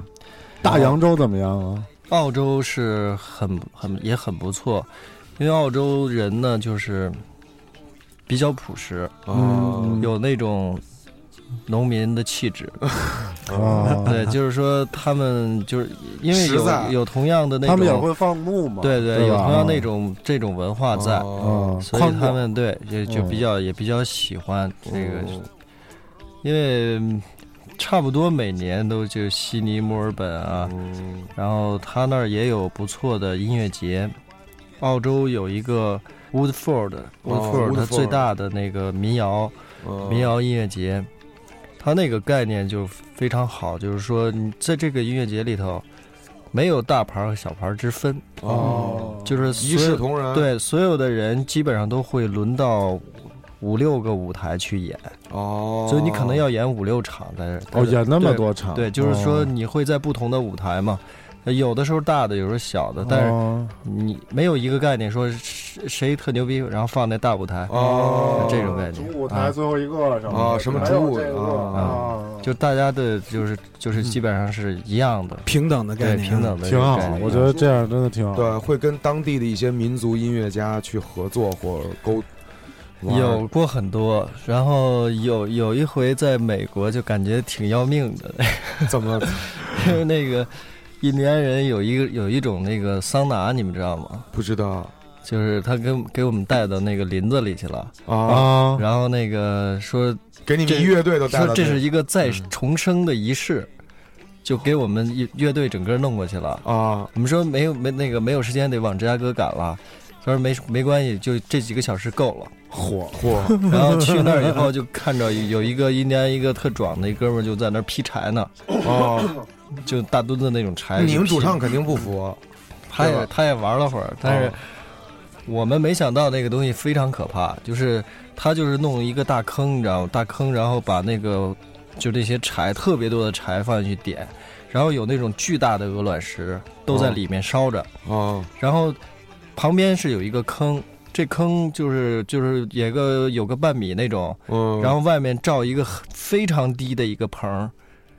E: 大洋洲怎么样啊？
F: 澳洲是很很也很不错，因为澳洲人呢就是比较朴实，
G: 哦
E: 嗯
F: 有那种农民的气质。
E: (laughs) 啊，
F: 对，就是说他们就是因为
D: 实在
F: 有有同样的那
E: 他
F: 种，
E: 们也会放牧嘛，
F: 对
E: 对
F: 对，有
E: 吧
F: 同样那种这种文化在，
D: 哦
E: 啊，
F: 所以
E: 宽
F: 他
E: 广
F: 们对也就
E: 嗯
F: 比较、也比较喜欢嗯这个，
G: 哦
F: 因为嗯差不多每年都就悉尼、墨尔本啊，然后他那儿也有不错的音乐节。澳洲有一个 Woodford，Woodford、
D: 哦 Woodford
F: 它最大的那个民谣、
D: 哦
F: 民谣音乐节，它那个概念就非常好，就是说你在这个音乐节里头，没有大牌和小牌之分，
D: 哦，
F: 就是所
D: 一
F: 有
D: 视同仁，
F: 对，所有的人基本上都会轮到五六个舞台去演，
D: 哦，
F: 所以你可能要演五六场在
E: 哦，
F: 在
E: 演那么多场，哦
F: 对，就是说你会在不同的舞台嘛，有的时候大的，有时候小的，但是
E: 哦，
F: 你没有一个概念说谁谁特牛逼，然后放在大舞台，
D: 哦
F: 这种概
E: 主
F: 念
E: 舞台
F: 啊
E: 最后一个什么
D: 啊
E: 的
D: 什么
E: 还
D: 主
E: 有
D: 舞
E: 这个
D: 啊
E: 啊，
F: 就大家的就是就是基本上是一样
E: 嗯
F: 的，
B: 平等的概
F: 对，
B: 念，啊
F: 平等的
E: 啊挺好
F: 概，念啊
E: 我觉得这样真的挺好。
D: 对，会跟当地的一些民族音乐家去合作或者沟。玩
F: 有过很多，然后有有一回在美国就感觉挺要命的， (laughs)
D: 怎么
F: 因为那个印第安人有一个有一种那个桑拿，你们知道吗？
D: 不知
F: (laughs)
D: 道
F: 就是他给给我们带到那个林子里去了，
D: 啊？
E: 啊，
F: 然后那个说
D: 给你
F: 这
D: 们乐队都带
F: 说
D: 到嗯
F: 这是
D: 那
F: 一个再重生的仪式，就给我们乐乐队整个弄过去了。
D: 啊
F: 我们说没有没那个没有时间得往芝加哥赶了，他说没没关系，就这几个小时够
D: (laughs)
F: 了。
D: 火火
F: (laughs) 然后去那儿以后就看着有一个印第安一个特壮的一哥们儿就在那儿劈柴呢，
D: 哦，哎
F: 就大墩子那种柴。
D: 你们主
F: 劈
D: 唱肯定不服，
F: 他
D: 对
F: 也
D: 吧
F: 他也玩了会儿，但是
D: 哦
F: 我们没想到那个东西非常可怕，就是他就是弄一个大坑，你知道吗？大坑，然后把那个就这些柴特别多的柴放进去点，然后有那种巨大的鹅卵石都在
D: 哦
F: 里面烧着，
D: 哦
F: 然后旁边是有一个坑。这坑就是就是也个有个半米那种，
D: 嗯，
F: 然后外面罩一个很非常低的一个棚儿，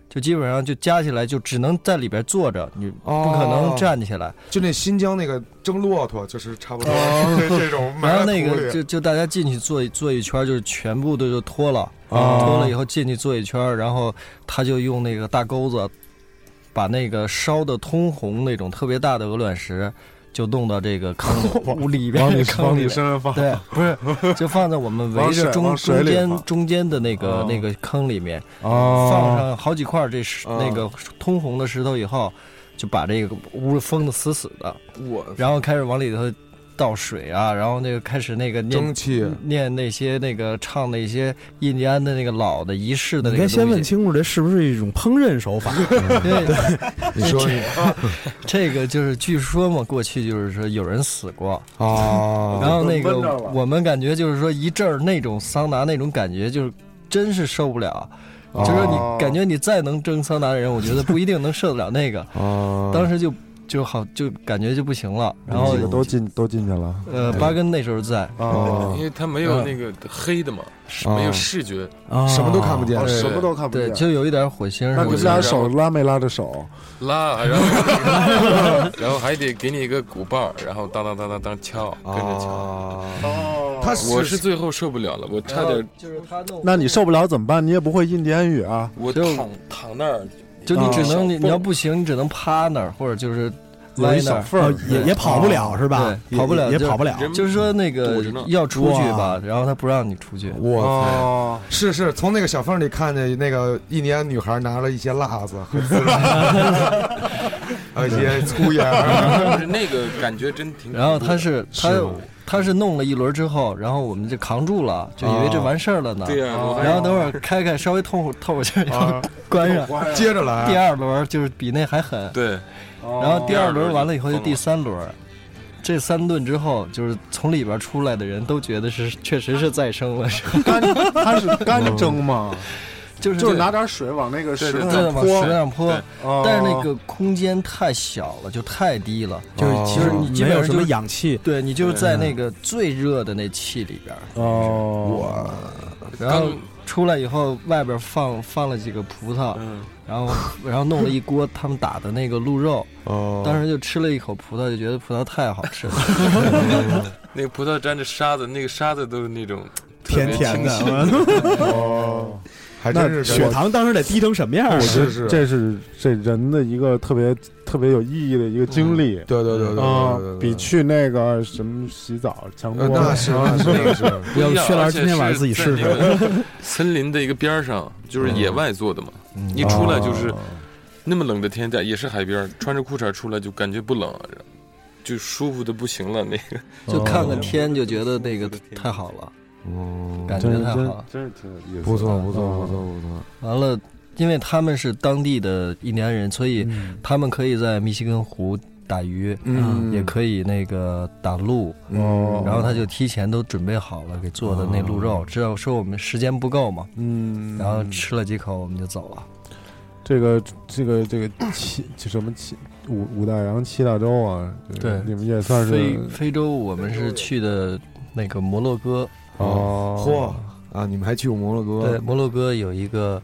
F: 就基本上就加起来就只能在里边坐着，你
D: 哦
F: 不可能站起来。
D: 就那新疆那个蒸骆驼，就是差不多 (laughs) 这这种埋
F: 哦然后
D: 在
F: 那
D: 土
F: 个
D: 里
F: 就就大家进去坐一坐一圈儿，就是全部都就脱了，
D: 啊
F: 脱了以后进去坐一圈儿，然后他就用那个大钩子把那个烧的通红那种特别大的鹅卵石就弄到这个坑 (laughs) 里边
E: (laughs) 往
F: 的
E: 你
F: 坑
E: 往
F: 里
E: 你
F: 面。
E: 身上放，
F: 对，不是，就放在我们
E: (laughs)
F: 围
E: 往水
F: 着中
E: 往水
F: 中
E: 里
F: 间
E: 放
F: 中间的那个
E: 哦
F: 那个坑里面，放
E: 啊，
F: 上好几块这石
D: 啊
F: 那个通红的石头以后，就把这个屋封的死死的，
D: 我
F: 然后开始往里头倒水啊，然后那个开始那个
D: 蒸
F: 念
D: 汽
F: 念那些那个唱那些印第安的那个老的仪式的
B: 你应该
F: 那个
B: 先问
F: 东西，
B: 清楚，这是不是一种烹饪手 (laughs) 法？
F: 因为
D: 你说你
F: (laughs) 这个就是据说嘛，过去就是说有人死过，
D: 啊，
F: 然后那
E: 闷
F: 个
E: 着了
F: 我们感觉就是说一阵儿那种桑拿那种感觉就是真是受不了，
D: 啊
F: 就是你感觉你再能蒸桑拿的人，我觉得不一定能受得了那个，
D: 啊，
F: 当时就就好就感觉就不行了，然后
E: 几个都进都进去了
F: 呃巴根那时候在，
E: 啊
G: 因，为它没有那个黑的嘛，没有视觉，
B: 啊
D: 什么都看不见
E: 哦，
G: 对
E: 什么都看不
F: 对，
E: 见。
F: 就有一点火星什
E: 那你
F: 么的
E: 们俩手拉没拉着手？
G: 拉，然后 (laughs) 然后还得给你一个鼓棒儿，然后当当当当当敲，
B: 哦
G: 跟着敲。
D: 啊，
E: 哦
D: 他
G: 我是最后受不了了，我差
B: 哦
G: 点
F: 就是他弄
E: 那你受不了怎么办？你也不会印第安语啊？
G: 我
F: 就
G: 躺躺那儿，
F: 就你只能你
G: 啊
F: 你要不行，你只能趴那儿或者就是
E: 有
F: 歪
E: 一
F: 那
E: 小
F: 儿。
E: 缝
B: 哦
E: 儿，
B: 也也跑不了是吧？也
F: 对跑不了
B: 也
F: 就
B: 啊跑不了。
G: 人
F: 就是说那个
G: 堵着呢
F: 要出去
B: 哇
F: 吧，然后他不让你出去。
D: 我操。
E: 哦，
D: 是是，从那个小缝里看见那个印第安女孩拿了一些辣子和孜然，
F: (laughs)
D: 还有一些粗盐儿。
G: 就是那个感觉真挺。
F: 然后他是他
D: 是吗
F: 他是弄了一轮之后，然后我们就扛住了，就以为这完事儿了呢。
G: 对
B: 哦
G: 呀，我还
F: 然后等会儿开开稍微痛会透会气儿，然后
D: 啊
F: 关上。
D: 接着
F: 第
D: 来，
F: 二轮就是比那还狠。
G: 对，
F: 然后第二轮完了以后就
G: 哦
F: 第三轮，这三顿之后就是从里边出来的人都觉得是确实是再生了，是吧 (laughs)
E: 干他是干蒸吗？
F: 就是
E: 就是拿点水往那个石
G: 对
E: 头
G: 对
E: 上
F: 哦对往石
E: 泼。
F: 上泼
G: 对。
E: 哦
F: 但是那个空间太小了，就太低了，就是
D: 哦
F: 其实你基
B: 没
F: 本
B: 有
F: 上
B: 什
F: 就
B: 么
F: 是
B: 氧气，
F: 对你就是在那个最热的那气里边儿，
E: 哦，
F: 然后
G: 刚
F: 出来以后，外边放放了几个葡萄，
G: 嗯，
F: 然后然后弄了一锅他们打的那个鹿肉，
D: 哦，
F: 当时就吃了一口葡萄，就觉得葡萄太好吃了。
G: 那个葡萄沾着沙子，那个沙子都是那种特
B: 甜
G: 别
B: 甜
G: 清晰
B: (laughs) 的。
D: 哦，还真 (laughs) 是
B: 血糖当时得低成什么样啊？
D: 我觉得是
E: 这是这人的一个特别特别有意义的一个经历
D: 对对对对对嗯
E: 啊
F: 哦
D: 对对，，
E: 比去那个什么洗澡强
D: 呃
E: 多
D: 那
E: 了。 (laughs)
D: 是那是那是，
G: 不一样
B: 要不薛老师
G: 而且
B: 今天晚上
G: 是
B: 自己试试
G: 在那个森林的一个边儿上，就是野外做的嘛，
F: 嗯
G: 一出来就是
B: 哦
D: 哦
E: 啊
G: 那么冷的天，在也是海边儿，穿着裤衩出来就感觉不冷，就舒服的不行了。那个
F: 就看看天，就觉得那个太好了，
D: 嗯，
F: 感觉
E: 真
F: 太好
E: 真
F: 了。
E: 真是挺有意思的，
D: 不错不错
E: 啊
D: 不错不错，
F: 完了，因为他们是当地的印第安人，所以
B: 嗯
F: 他们可以在密西根湖打鱼，
D: 嗯
F: 也可以那个打鹿，
E: 哦
F: 然后他就提前都准备好了给做的那鹿肉，知道说我们时间不够嘛，
E: 嗯，
F: 然后吃了几口我们就走了。
E: 这个这个这个七这什么七五五大洋七大洲啊，这个
F: 对
E: 你们也算
F: 非
E: 是
F: 非洲我们是去的那个摩洛哥，
E: 哦，
D: 嚯啊！你们还去过摩洛
F: 对，
D: 哥？
F: 摩洛哥有一个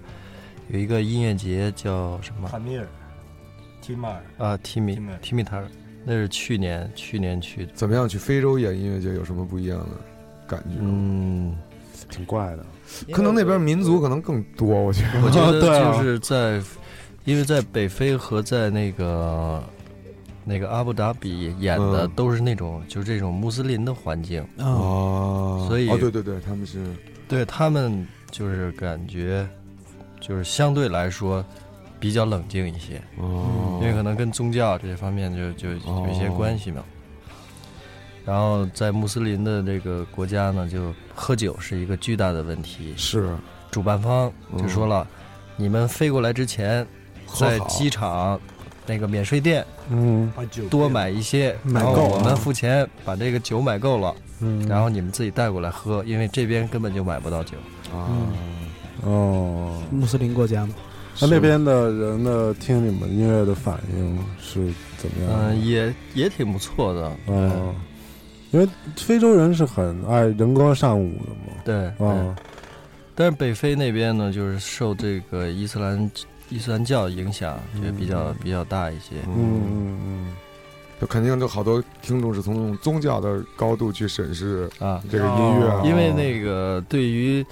F: 有一个音乐节叫什么
H: 帕米尔、提马尔，
F: 啊？提米
H: 提米
F: 提米塔尔，那是去年去年去的。
D: 怎么样去非洲演音乐节有什么不一样的感觉？
F: 嗯，
E: 挺怪的，
D: 可能那边民族可能更多，我觉得。
F: 我觉
D: (laughs)
F: 得
E: 对啊
F: 就是在，因为在北非和在那个那个阿布达比演的
D: 嗯
F: 都是那种就是这种穆斯林的环境，
B: 啊，
D: 哦
F: 嗯所以
D: 哦，对对对，他们是
F: 对他们就是感觉就是相对来说比较冷静一些，
D: 哦
F: 因为可能跟宗教这些方面就就
D: 哦
F: 有一些关系嘛。然后在穆斯林的这个国家呢，就喝酒是一个巨大的问题。
D: 是
F: 主办方就说
D: 了，
F: 了，你们飞过来之前，
D: 喝
F: 在
D: 好
F: 机场那个免税店
E: 嗯
H: 把酒
F: 多买一些，
B: 买
F: 然后
B: 够
F: 我
B: 啊
F: 们付钱把这个酒买够了，
E: 嗯，
F: 然后你们自己带过来喝，因为这边根本就买不到酒。
D: 啊，
F: 嗯
E: 哦，
B: 穆斯林国家嘛，
E: 那那边的人的听你们音乐的反应是怎么
F: 嗯、
E: 样？
F: 也也挺不错的。
E: 哦，因为非洲人是很爱人歌善舞的嘛，
F: 对，对
E: 啊，
F: 但是北非那边呢，就是受这个伊斯兰伊斯兰教影响也比较、比较大一些。
E: 嗯
D: 嗯，
E: 嗯嗯，
D: 就肯定就好多听众是从那种宗教的高度去审视
F: 啊，
D: 这个音乐啊，
F: 因为那个对于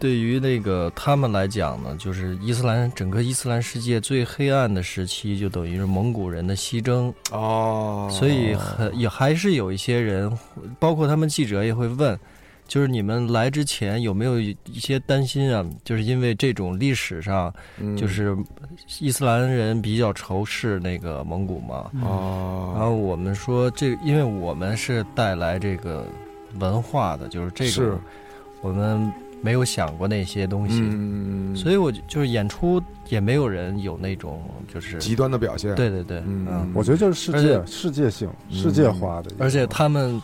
F: 对于那个他们来讲呢，就是伊斯兰整个伊斯兰世界最黑暗的时期，就等于是蒙古人的西征，
D: 哦，
F: 所以很也还是有一些人，包括他们记者也会问。就是你们来之前有没有一些担心啊？就是因为这种历史上，
D: 嗯
F: 就是伊斯兰人比较仇视那个蒙古嘛，然
D: 哦，
F: 后我们说这，因为我们是带来这个文化的，就是这
D: 是
F: 个我们没有想过那些东西，
D: 嗯，
F: 所以我就就是演出也没有人有那种就是
D: 极端的表现，，
F: 对对对，
D: 嗯，
E: 我觉得就是世界
F: 而
E: 世界性、
D: 嗯
E: 世界化的一个，
F: 而且他们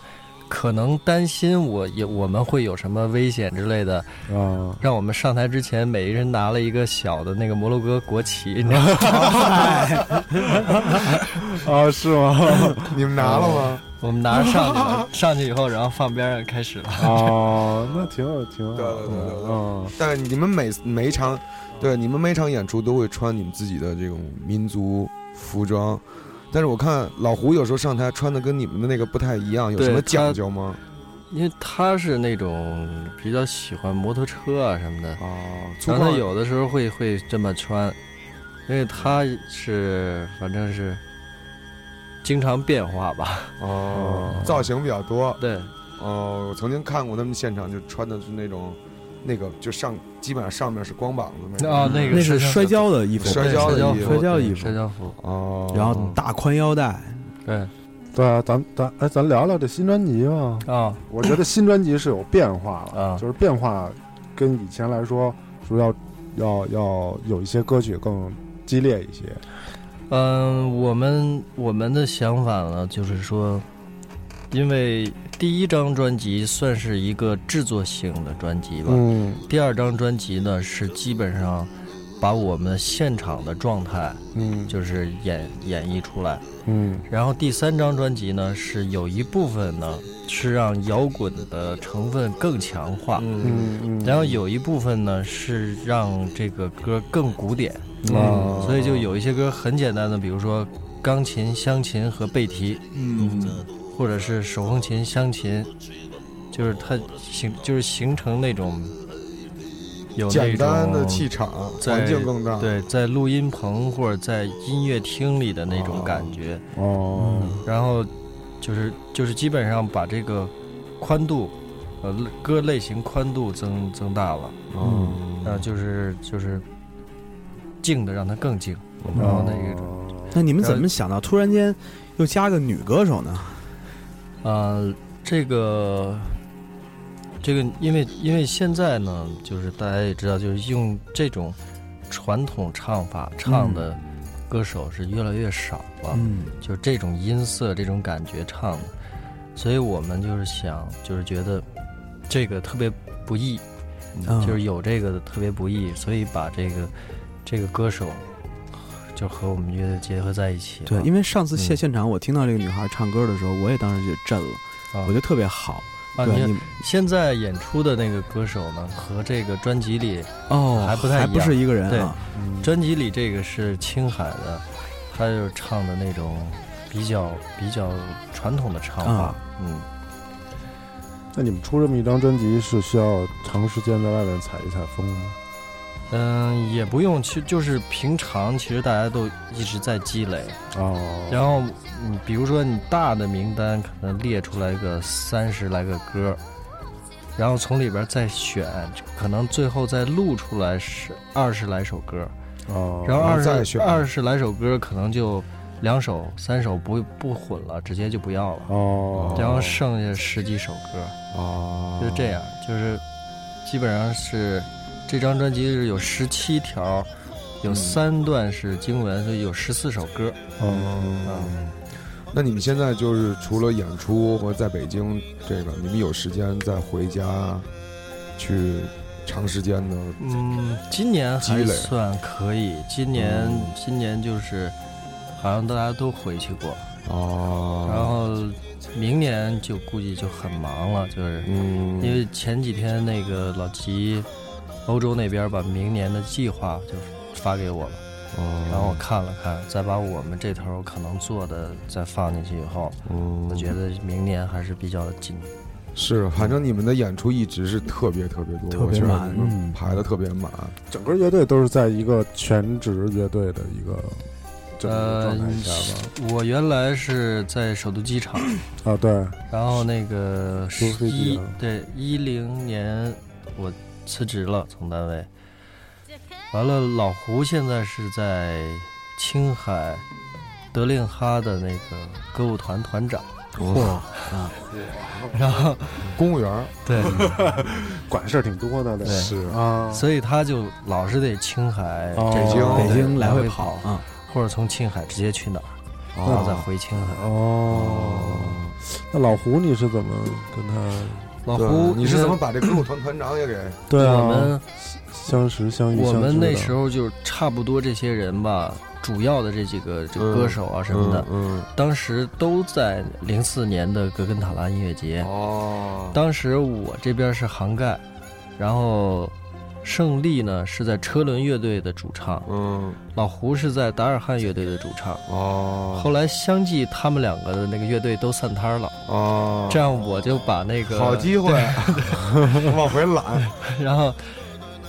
F: 可能担心我也我们会有什么危险之类的，
E: 啊，
F: 让我们上台之前每一人拿了一个小的那个摩洛哥国旗，你知道吗 (laughs)
E: 啊，是吗？
D: 你们拿了吗？
F: 我们拿上去了，上去以后然后放边上开始了。
E: 哦，那挺有挺好
D: 对对对对
E: 的
D: 对
E: 啊，
F: 嗯
D: 但是你们每每一场，对你们每场演出都会穿你们自己的这种民族服装，但是我看老胡有时候上台穿的跟你们的那个不太一样，有
F: 对
D: 什么
F: 他
D: 讲究吗？
F: 因为他是那种比较喜欢摩托车啊什么的，
D: 哦，粗
F: 然后
D: 犷
F: 他有的时候会会这么穿，因为他是反正是经常变化吧。
D: 哦，造型比较多
F: 对，
D: 哦。我曾经看过他们现场，就穿的是那种那个就上基本上上面是光膀子那种
F: 啊，那个
B: 那是摔跤的衣服，
D: 摔跤的
F: 对
D: 衣服
F: 摔
B: 摔跤
F: 对
B: 衣服
F: 摔跤服。
D: 哦，
B: 然后大宽腰带，
F: 对
E: 对啊，咱咱哎，咱聊聊这新专辑吧。
F: 啊，
E: 我觉得新专辑是有变化了，
F: 啊
E: 就是变化跟以前来说，是不是要要要有一些歌曲更激烈一些？
F: 嗯，我们我们的想法呢，就是说，因为第一张专辑算是一个制作型的专辑吧，
E: 嗯
F: 第二张专辑呢是基本上把我们现场的状态
E: 嗯
F: 就是演演绎出来。
E: 嗯
F: 然后第三张专辑呢，是有一部分呢是让摇滚的成分更强化，
E: 嗯嗯，
F: 然后有一部分呢是让这个歌更古典，
D: 嗯
F: 嗯
D: 哦
E: 啊，
F: 所以就有一些歌很简单的，比如说钢琴、湘琴和贝提，
B: 嗯
F: 或者是手风琴、湘琴，就是它形就是形成那种有那种
D: 简单的气场，
F: 在
D: 环境更大。，
F: 对，在录音棚或者在音乐厅里的那种感觉，
E: 哦，
F: 然后就是就是基本上把这个宽度，呃，歌类型宽度增增大了，
E: 嗯
F: 然后就是就是静的让它更静，然后
E: 哦
F: 那个种，
B: 那你们怎么想到突然间又加个女歌手呢？
F: 呃，这个这个，因为因为现在呢，就是大家也知道，就是用这种传统唱法唱的歌手是越来越少了，
B: 嗯
F: 就是这种音色、这种感觉唱的，所以我们就是想，就是觉得这个特别不易，
B: 嗯
F: 就是有这个特别不易，所以把这个这个歌手就和我们乐队结合在一起了。
B: 对，因为上次现
F: 嗯
B: 现场我听到这个女孩唱歌的时候，我也当时就震了，
F: 啊
B: 我觉得特别好。
F: 啊，
B: 对
F: 你
B: 你
F: 现在演出的那个歌手呢，和这个专辑里，
B: 哦
F: 还不太一样
B: 不是一个人
F: 对
B: 啊。
F: 专辑里这个是青海的，他就是唱的那种比较比较传统的唱法
B: 啊，
F: 嗯，
E: 那你们出这么一张专辑是需要长时间在外面采一采风吗？
F: 嗯，也不用去，就是平常其实大家都一直在积累，
E: 哦，
F: 然后你比如说你大的名单可能列出来个三十来个歌，然后从里边再选，可能最后再录出来是二十来首歌，
E: 哦，
F: 然后
D: 然后
F: 二
D: 再
F: 十
D: 选
F: 二十来首歌可能就两首三首不不混了，直接就不要了。
E: 哦，
F: 然后剩下十几首歌，
D: 啊，
F: 就这样，就是基本上是这张专辑是有十七条，有三段是经文，所以有十四首歌。啊
E: 嗯，
D: 哦那你们现在就是除了演出或者在北京这个，你们有时间再回家去长时间的
F: 嗯，今年还算可以，今年、今年就是好像大家都回去过，
D: 啊？
F: 然后明年就估计就很忙了，就是
D: 嗯，
F: 因为前几天那个老齐欧洲那边把明年的计划就发给我了。然后我
D: 哦，
F: 看了看，再把我们这头可能做的再放进去以后，
D: 嗯
F: 我觉得明年还是比较紧。
D: 是，反正你们的演出一直是特别特别多，
B: 特别
D: 我觉得
B: 满
D: 你们排的特别满。
E: 嗯整个乐队都是在一个全职乐队的一个整个
F: 呃
E: 状态下吧？，
F: 我原来是在首都机场，
E: 啊，对，
F: 然后那个
E: 坐飞机
F: 一
E: 啊
F: 对一零年我辞职了，从单位。完了，老胡现在是在青海德令哈的那个歌舞团团长，
B: 嚯，
F: 然后
D: 公务员儿
F: 对，
E: 管事儿挺多的，
F: 对
D: 是
E: 啊，
F: 所以他就老是得青海、
E: 哦
F: 这
D: 京
B: 北京
F: 对
B: 来回
F: 回
B: 跑
F: 跑
B: 啊，
F: 或者从青海直接去哪儿，然后再
D: 啊，
F: 回青海。
E: 哦，那老胡你是怎么跟他？
F: 老
D: 对
F: 胡，
D: 你是怎么把这歌舞团团长也给？
E: 对啊，
F: 我们
E: 相识相遇，
F: 我们那时
E: 候
F: 候就差不多这些人吧，主要的这几个就
D: 嗯
F: 歌手啊什么的，
D: 嗯，
F: 当时都在零四年的格根塔拉音乐节
D: 嗯。哦，
F: 当时我这边是杭盖，然后胜利呢是在车轮乐队的主唱，
D: 嗯，
F: 老胡是在达尔汉乐队的主唱。
D: 哦，
F: 后来相继他们两个的那个乐队都散摊儿了，
D: 哦，
F: 这样我就把那个
D: 好机会， (laughs) 往回揽。
F: (laughs) 然后，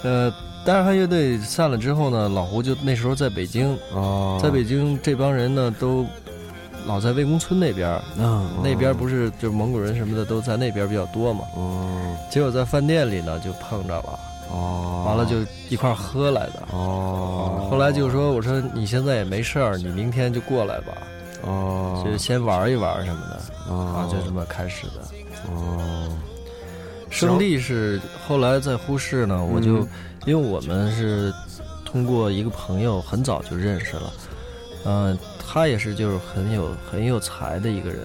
F: 呃，当然，他乐队散了之后呢，老胡就那时候在北京，
D: 哦，
F: 在北京这帮人呢都老在魏公村那边儿，
B: 嗯
F: 那边儿不是就是蒙古人什么的都在那边儿比较多嘛。
D: 嗯，
F: 结果在饭店里呢就碰着了，
D: 哦，
F: 完了就一块儿喝来的。
D: 哦，
F: 后来就说：“我说你现在也没事儿，你明天就过来吧，
D: 哦，
F: 就先玩一玩什么的。”啊
D: 啊，
F: 就这么开始的。
D: 哦，
F: 胜利是后来在呼市
D: 嗯
F: 呢，我就、因为我们是通过一个朋友很早就认识了，嗯、他也是就是很有很有才的一个人，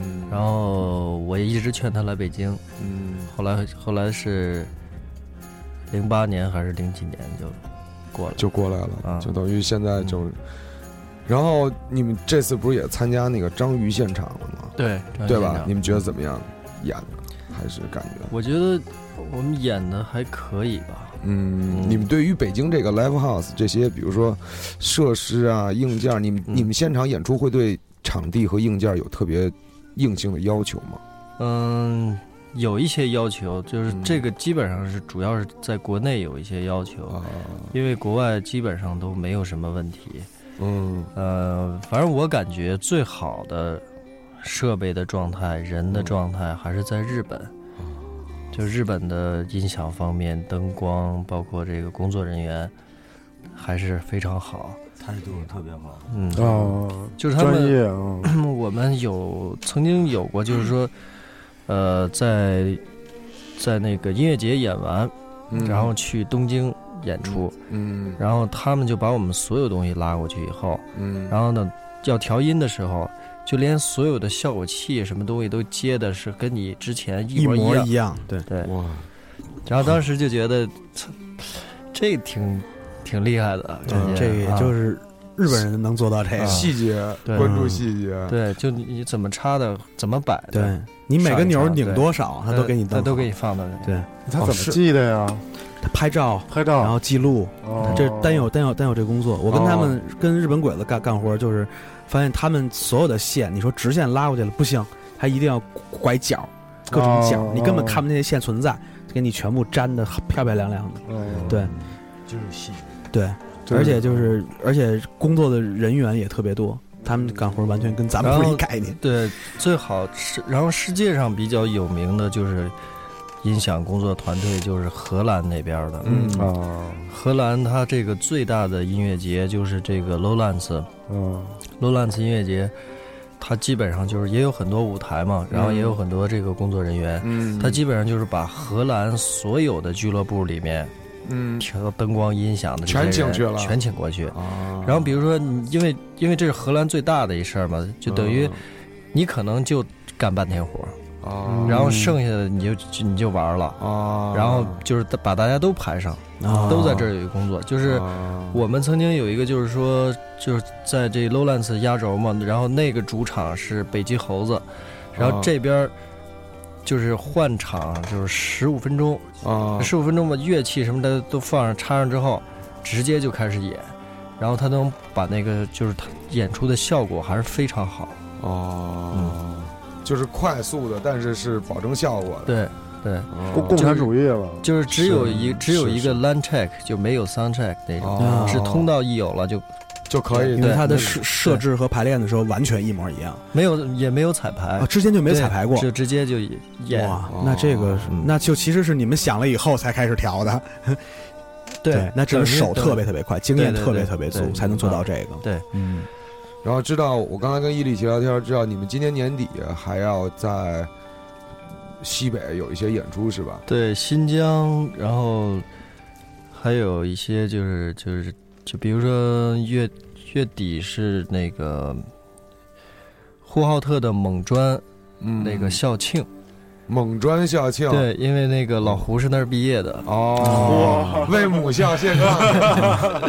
D: 嗯，
F: 然后我也一直劝他来北京，
D: 嗯，
F: 后来后来是零八年还是零几年就过来。
D: 就过来了，
F: 啊
D: 就等于现在
F: 嗯
D: 就。然后你们这次不是也参加那个章鱼现场了吗？
F: 对
D: 对吧？你们觉得怎么样？演的还是感觉？
F: 我觉得我们演的还可以吧。
D: 嗯，
F: 嗯
D: 你们对于北京这个 live house 这些，比如说设施啊、硬件，你们、
F: 嗯
D: 你们现场演出会对场地和硬件有特别硬性的要求吗？
F: 嗯，有一些要求，就是
D: 嗯
F: 这个基本上是主要是在国内有一些要求，
D: 啊，
F: 因为国外基本上都没有什么问题。
D: 嗯
F: 呃，反正我感觉最好的设备的状态、人
D: 嗯
F: 的状态还是在日本。就日本的音响方面、灯光，包括这个工作人员，还是非常好。
H: 态度特别好，
F: 嗯，
E: 啊，
F: 就是他
E: 专
F: 们
E: 业啊，
F: (clears throat) 我们有曾经有过，就是说，呃，在在那个音乐节演完，
D: 嗯
F: 然后去东京演出，
D: 嗯
F: 然后他们就把我们所有东西拉过去以后，
D: 嗯，
F: 然后呢，要调音的时候，就连所有的效果器什么东西都接的是跟你之前一
B: 一
F: 模
B: 模
F: 样。
B: 一样，对，
F: 对，
D: 哇，
F: 然后当时就觉得， (laughs) 操这挺挺厉害的感觉，
B: 嗯这个也就
F: 啊
B: 是日本人能做到这个
F: 啊。
D: 细节
F: 对
D: 关注细节，
F: 对，就你你怎么插的，怎么摆的，
B: 对你每个钮儿拧多少，
F: 他
B: 他都给你
F: 呃他
B: 登，
F: 都给你放到那里。
B: 对
E: 他
D: 哦
E: 怎么
D: 是
E: 记的呀？
B: 他拍照，
E: 拍照，
B: 然后记录，
E: 哦
B: 啊这单有单有单有这工作。我跟他
F: 哦
B: 们跟日本鬼子干干活，就是发现他们所有的线，你说直线拉过去了不行，他一定要拐角，各种角
E: 哦，
B: 你根本看不见那些线存在，给你全部粘的漂漂亮亮的。
E: 嗯
B: 对
H: 就是细节。
B: 对，
E: 对
B: 而且就是而且工作的人员也特别多，他们干活完全跟咱们
F: 然后
B: 不是一概念。
F: 对，最好是，然后世界上比较有名的就是音响工作团队，就是荷兰那边的。
D: 嗯
E: 啊，
F: 荷兰它这个最大的音乐节就是这个 Lowlands，Lowlands
E: 嗯，
F: 音乐节，它基本上就是也有很多舞台嘛，然后也有很多这个工作人员。
D: 嗯
F: 它基本上就是把荷兰所有的俱乐部里面
D: 嗯
F: 调灯光、音响的这些
D: 全请
F: 人
D: 去了
F: 全请过去。
D: 啊，
F: 然后比如说你，因为因为这是荷兰最大的一事儿嘛，就等
D: 嗯
F: 于你可能就干半天活儿，
D: 啊，
F: 嗯然后剩下的你就就你就玩儿了，
D: 啊，
F: 然后就是把大家都排上，
B: 啊
F: 都在这儿有一个工作。就是
D: 啊
F: 我们曾经有一个，就是说就是在这 Lowlands 压轴嘛，然后那个主场是北极猴子，然后这边儿就是换场就是十五分钟，
D: 啊
F: 十五分钟把乐器什么的都放上插上之后，直接就开始演，然后他能把那个就是他演出的效果还是非常好，嗯
D: 哦，啊就是快速的，但是是保证效果的。
F: 对对。
D: 哦
E: 共共产主义了，
F: 就是只有一
D: 是
F: 只有一
D: 是
F: 个 land check 就没有 sound check 那种，
D: 哦
F: 是通道一有了就
D: 就可以
B: 因为
F: 对
B: 它的
F: 那
B: 设
F: 个
B: 设置和排练的时候完全一模一样
F: 没有也没有彩排
B: 啊，，之前就没彩排过。
F: 就直接就演。
B: 哇
D: 哦，
B: 那这个是
F: 嗯
B: 那就其实是你们想了以后才开始调的，那真是手特别特别快，经验
F: 对对
B: 特别
F: 对
B: 特别足
F: 对，
B: 才能做到这个。
F: 对，
B: 嗯，
D: 然后知道我刚才跟伊丽奇聊天，知道你们今年年底还要在西北有一些演出是吧？
F: 对新疆，然后还有一些就是就是就比如说月月底是那个呼和浩特的蒙专
D: 嗯
F: 那个校庆，
D: 猛砖校庆，
F: 对，因为那个老胡是那儿毕业的，
D: 哦，为母校献
E: (laughs)
D: 唱。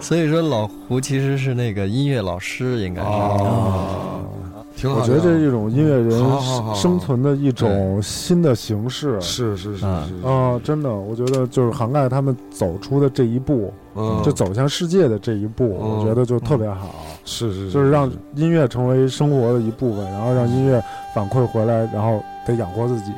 F: 所以说老胡其实是那个音乐老师，应该是。
D: 哦，挺好
E: 啊
D: 的。
E: 我觉得这是一种音乐
D: 好好
E: 人
D: 好
E: 生存的一种新的形式。
D: 是是是
F: 嗯
D: 是，
E: 啊，真的，我觉得就是涵盖他们走出的这一步，
D: 嗯，
E: 就走向世界的这一步，
D: 嗯
E: 我觉得就特别好，
D: 是是，
E: 就是让音乐成为生活的一部分，然后让音乐反馈回来，然后得养活自己，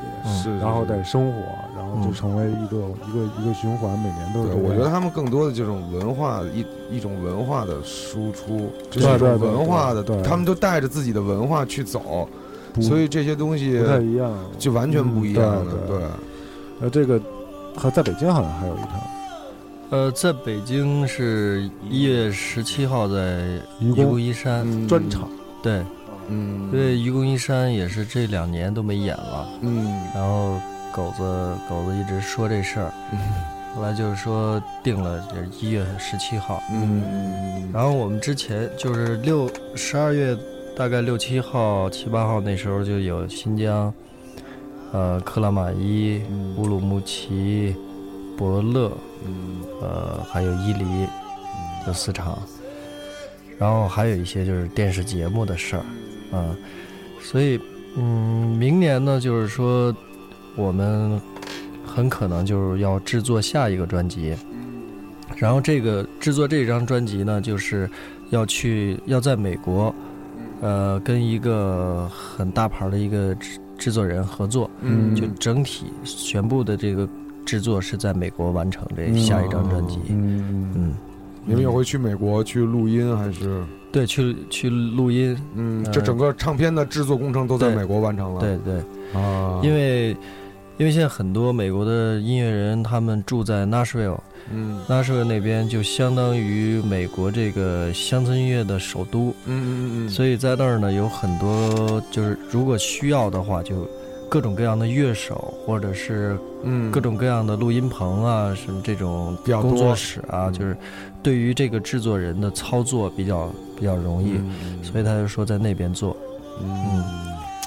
D: 是，
E: 嗯然后得生活，然后就
F: 嗯
E: 成为一个一个一个循环，每年都是
D: 对，
E: 这样。
D: 我觉得他们更多的这种文化一一种文化的输出，就
E: 对
D: 是一种
E: 对对
D: 文化的
E: 对，对
D: 他们都带着自己的文化去走，
E: 不
D: 所以这些东西
E: 不太一样，
D: 就完全不一样的
E: 嗯。对
D: 对，
E: 呃，这个和在北京好像还有一场
F: 呃，在北京是一月十七号在
E: 愚
F: 愚公
E: 公
F: 移山，
D: 嗯
E: 专场，，
F: 对，
D: 嗯，
F: 因为，愚公移山也是这两年都没演了，
D: 嗯，
F: 然后狗子狗子一直说这事儿，后来就是说定了一月十七号，
D: 嗯，
F: 然后我们之前就是六十二月大概六七号七八号那时候就有新疆，呃，克拉玛依、乌鲁木齐、伯乐，呃，还有伊犁，有四场，然后还有一些就是电视节目的事儿，啊、所以嗯，明年呢，就是说我们很可能就是要制作下一个专辑，然后这个制作这张专辑呢，就是要去要在美国，呃，跟一个很大牌的一个制制作人合作，
B: 嗯
F: 就整体全部的这个制作是在美国完成这
B: 嗯
F: 下一张专辑。
E: 嗯，
F: 嗯，
D: 你们也会去美国去录音还是？
F: 对，去去录音，
D: 嗯，这整个唱片的制作工程都在
F: 对
D: 美国完成了。
F: 对对，
D: 啊，
F: 因为因为现在很多美国的音乐人他们住在 Nashville，Nashville
D: 嗯
F: 那边就相当于美国这个乡村音乐的首都，
D: 嗯嗯嗯嗯，
F: 所以在那儿呢有很多就是如果需要的话就。各种各样的乐手，或者是
D: 嗯
F: 各种各样的录音棚啊，什么这种
D: 比较多
F: 工作室啊，
D: 嗯
F: 就是对于这个制作人的操作比较比较容易，所以他就说在那边做。
D: 嗯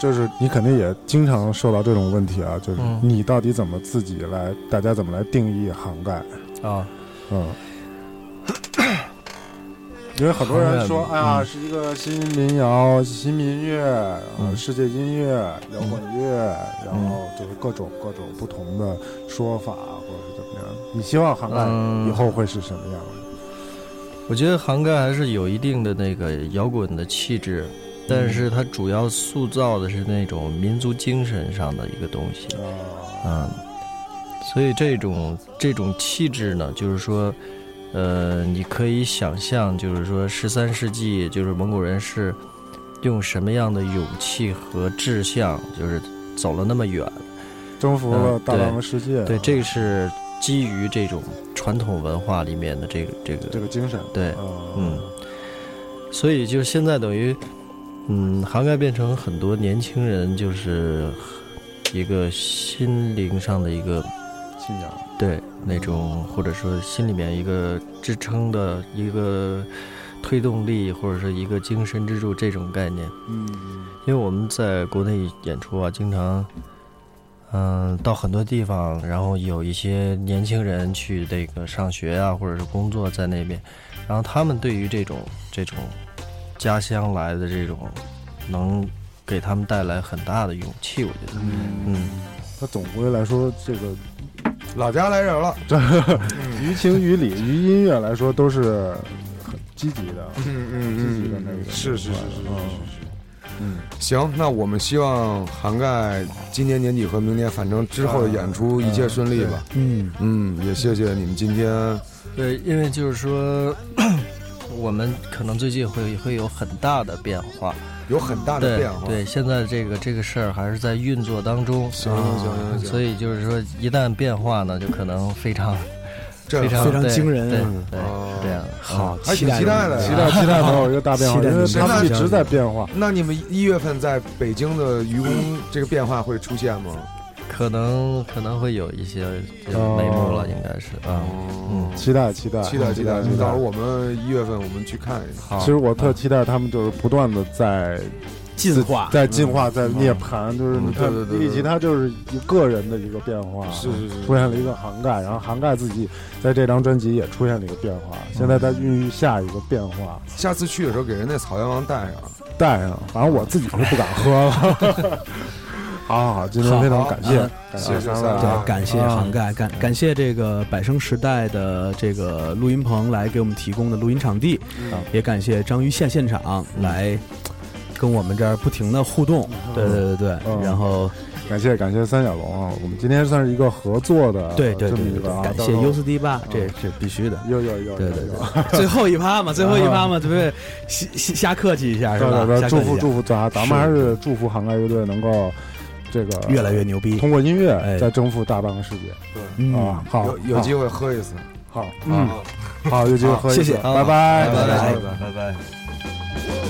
E: 就是你肯定也经常受到这种问题啊，就是
F: 嗯
E: 你到底怎么自己来，大家怎么来定义涵盖？
F: 啊，
E: 嗯， (coughs) 因为很多人说，
F: 嗯
E: 哎呀，是一个新民谣、新民乐、呃
F: 嗯
E: 世界音乐、摇滚乐，然后就是各种各种不同的说法，或者是怎么样。你希望涵盖
F: 嗯
E: 以后会是什么样的？
F: 我觉得涵盖还是有一定的那个摇滚的气质，但是它主要塑造的是那种民族精神上的一个东西，
E: 啊，
F: 嗯，所以这种这种气质呢，就是说，呃，你可以想象，就是说十三世纪就是蒙古人是用什么样的勇气和志向，就是走了那么远，
E: 征服了
F: 嗯
E: 大半个世界，
F: 对，这个是基于这种传统文化里面的这个这个
E: 这个精神，
F: 对，
E: 嗯
F: 嗯，所以就是现在等于，嗯，涵盖变成很多年轻人就是一个心灵上的一个
E: 信仰，
F: 对那种，或者说心里面一个支撑的一个推动力，或者是一个精神支柱这种概念。
E: 嗯，
F: 因为我们在国内演出啊，经常，嗯、到很多地方，然后有一些年轻人去那个上学啊，或者是工作在那边，然后他们对于这种这种家乡来的这种，能给他们带来很大的勇气，我觉得，嗯，
E: 那总归来说，这个
D: 老家来人了，
F: 嗯
E: 于情于理于音乐来说都是很积极的，
D: 嗯
E: 积极的那个
D: 是是是是
E: 嗯
D: 是是。嗯，行，那我们希望涵盖今年年底和明年，反正之后的演出一切顺利吧。
B: 嗯
D: 嗯，也谢谢你们今天
F: 对，因为就是说， (clears throat) 我们可能最近会会有很大的变化，
D: 有很大的变化。
F: 对。对，现在这个这个事儿还是在运作当中，
D: 行行行行行，
F: 啊所以就是说，一旦变化呢，就可能非常
D: 这
F: 常
B: 非
F: 非
B: 常惊人
F: 对
B: 嗯
F: 对，
D: 啊哦
F: 是这样。嗯
B: 好，
D: 还挺
B: 期待
D: 期待的
E: 期待啊期待能有一个大变化，
B: 期待
E: 因为他
D: 期待
E: 们一直在变化。
D: 那你们一月份在北京的愚公这个变化会出现吗？
F: 可能可能会有一些这
E: 哦
F: 个眉目了，应该是啊，嗯，
E: 期待期待
D: 期待期嗯待，
E: 期
D: 到时候我们一月份我们去看一下。
F: 好，
E: 其实我特期待他们就是不断的在
B: 进化，
E: 在进化，在涅槃。就是你看，
D: 对对对对
E: 李奇他就是一个人的一个变化，
D: 是是是
E: 出现了一个涵盖，然后涵盖自己在这张专辑也出现了一个变化，现在在孕育下一个变化。
D: 下次去的时候给人那草原王带上。啊
E: 带上，反正我自己是不敢喝了。 (laughs) 好好好，今天非常感
B: 好
E: 谢
B: 好，
E: 感
D: 谢谢
E: 三
D: 三
E: 位
D: 位
E: 啊
B: 嗯对，感谢
E: 啊
B: 涵盖，感感谢这个百生时代的这个录音棚来给我们提供的录音场地，
E: 嗯
B: 啊也感谢章鱼现现场来跟我们这儿不停的互动，对对对
E: 嗯
B: 对，然后
E: 感谢感谢三角龙啊，我们今天算是一个合作的，
B: 对对
E: 这
B: 对
E: 么一
B: 对
E: 个啊，
B: 对，感
E: 到
B: 谢
E: 时候嗯
B: U 四 D 八，这这必须的。
E: 有有有，
B: 对对
E: 有有
B: 对，最后一趴嘛，最后一趴嘛，对不对？瞎瞎瞎客气一下是吧
E: 嗯对对？对，
B: 瞎
E: 祝
B: 客气
E: 福
B: 一下
E: 祝福咱咱们还是祝福涵盖乐队能够这个
B: 越来越牛逼
E: 通过音乐
B: 哎
E: 再征服大半个世界
B: 嗯
E: 啊！，好，
D: 有有机会喝一次。
E: 好，嗯，好，有机会喝一
B: 谢
E: 次
B: 谢
E: 拜拜
B: 拜拜
H: 拜拜。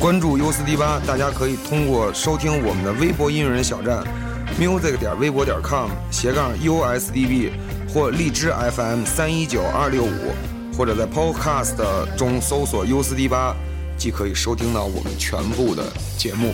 D: 关注 U 四 D 八，大家可以通过收听我们的微博音乐人小站，music 点微博点 com 斜杠 USDB 或荔枝 FM 三一九二六五或者在 Podcast 中搜索 U 四 D 八，即可以收听到我们全部的节目。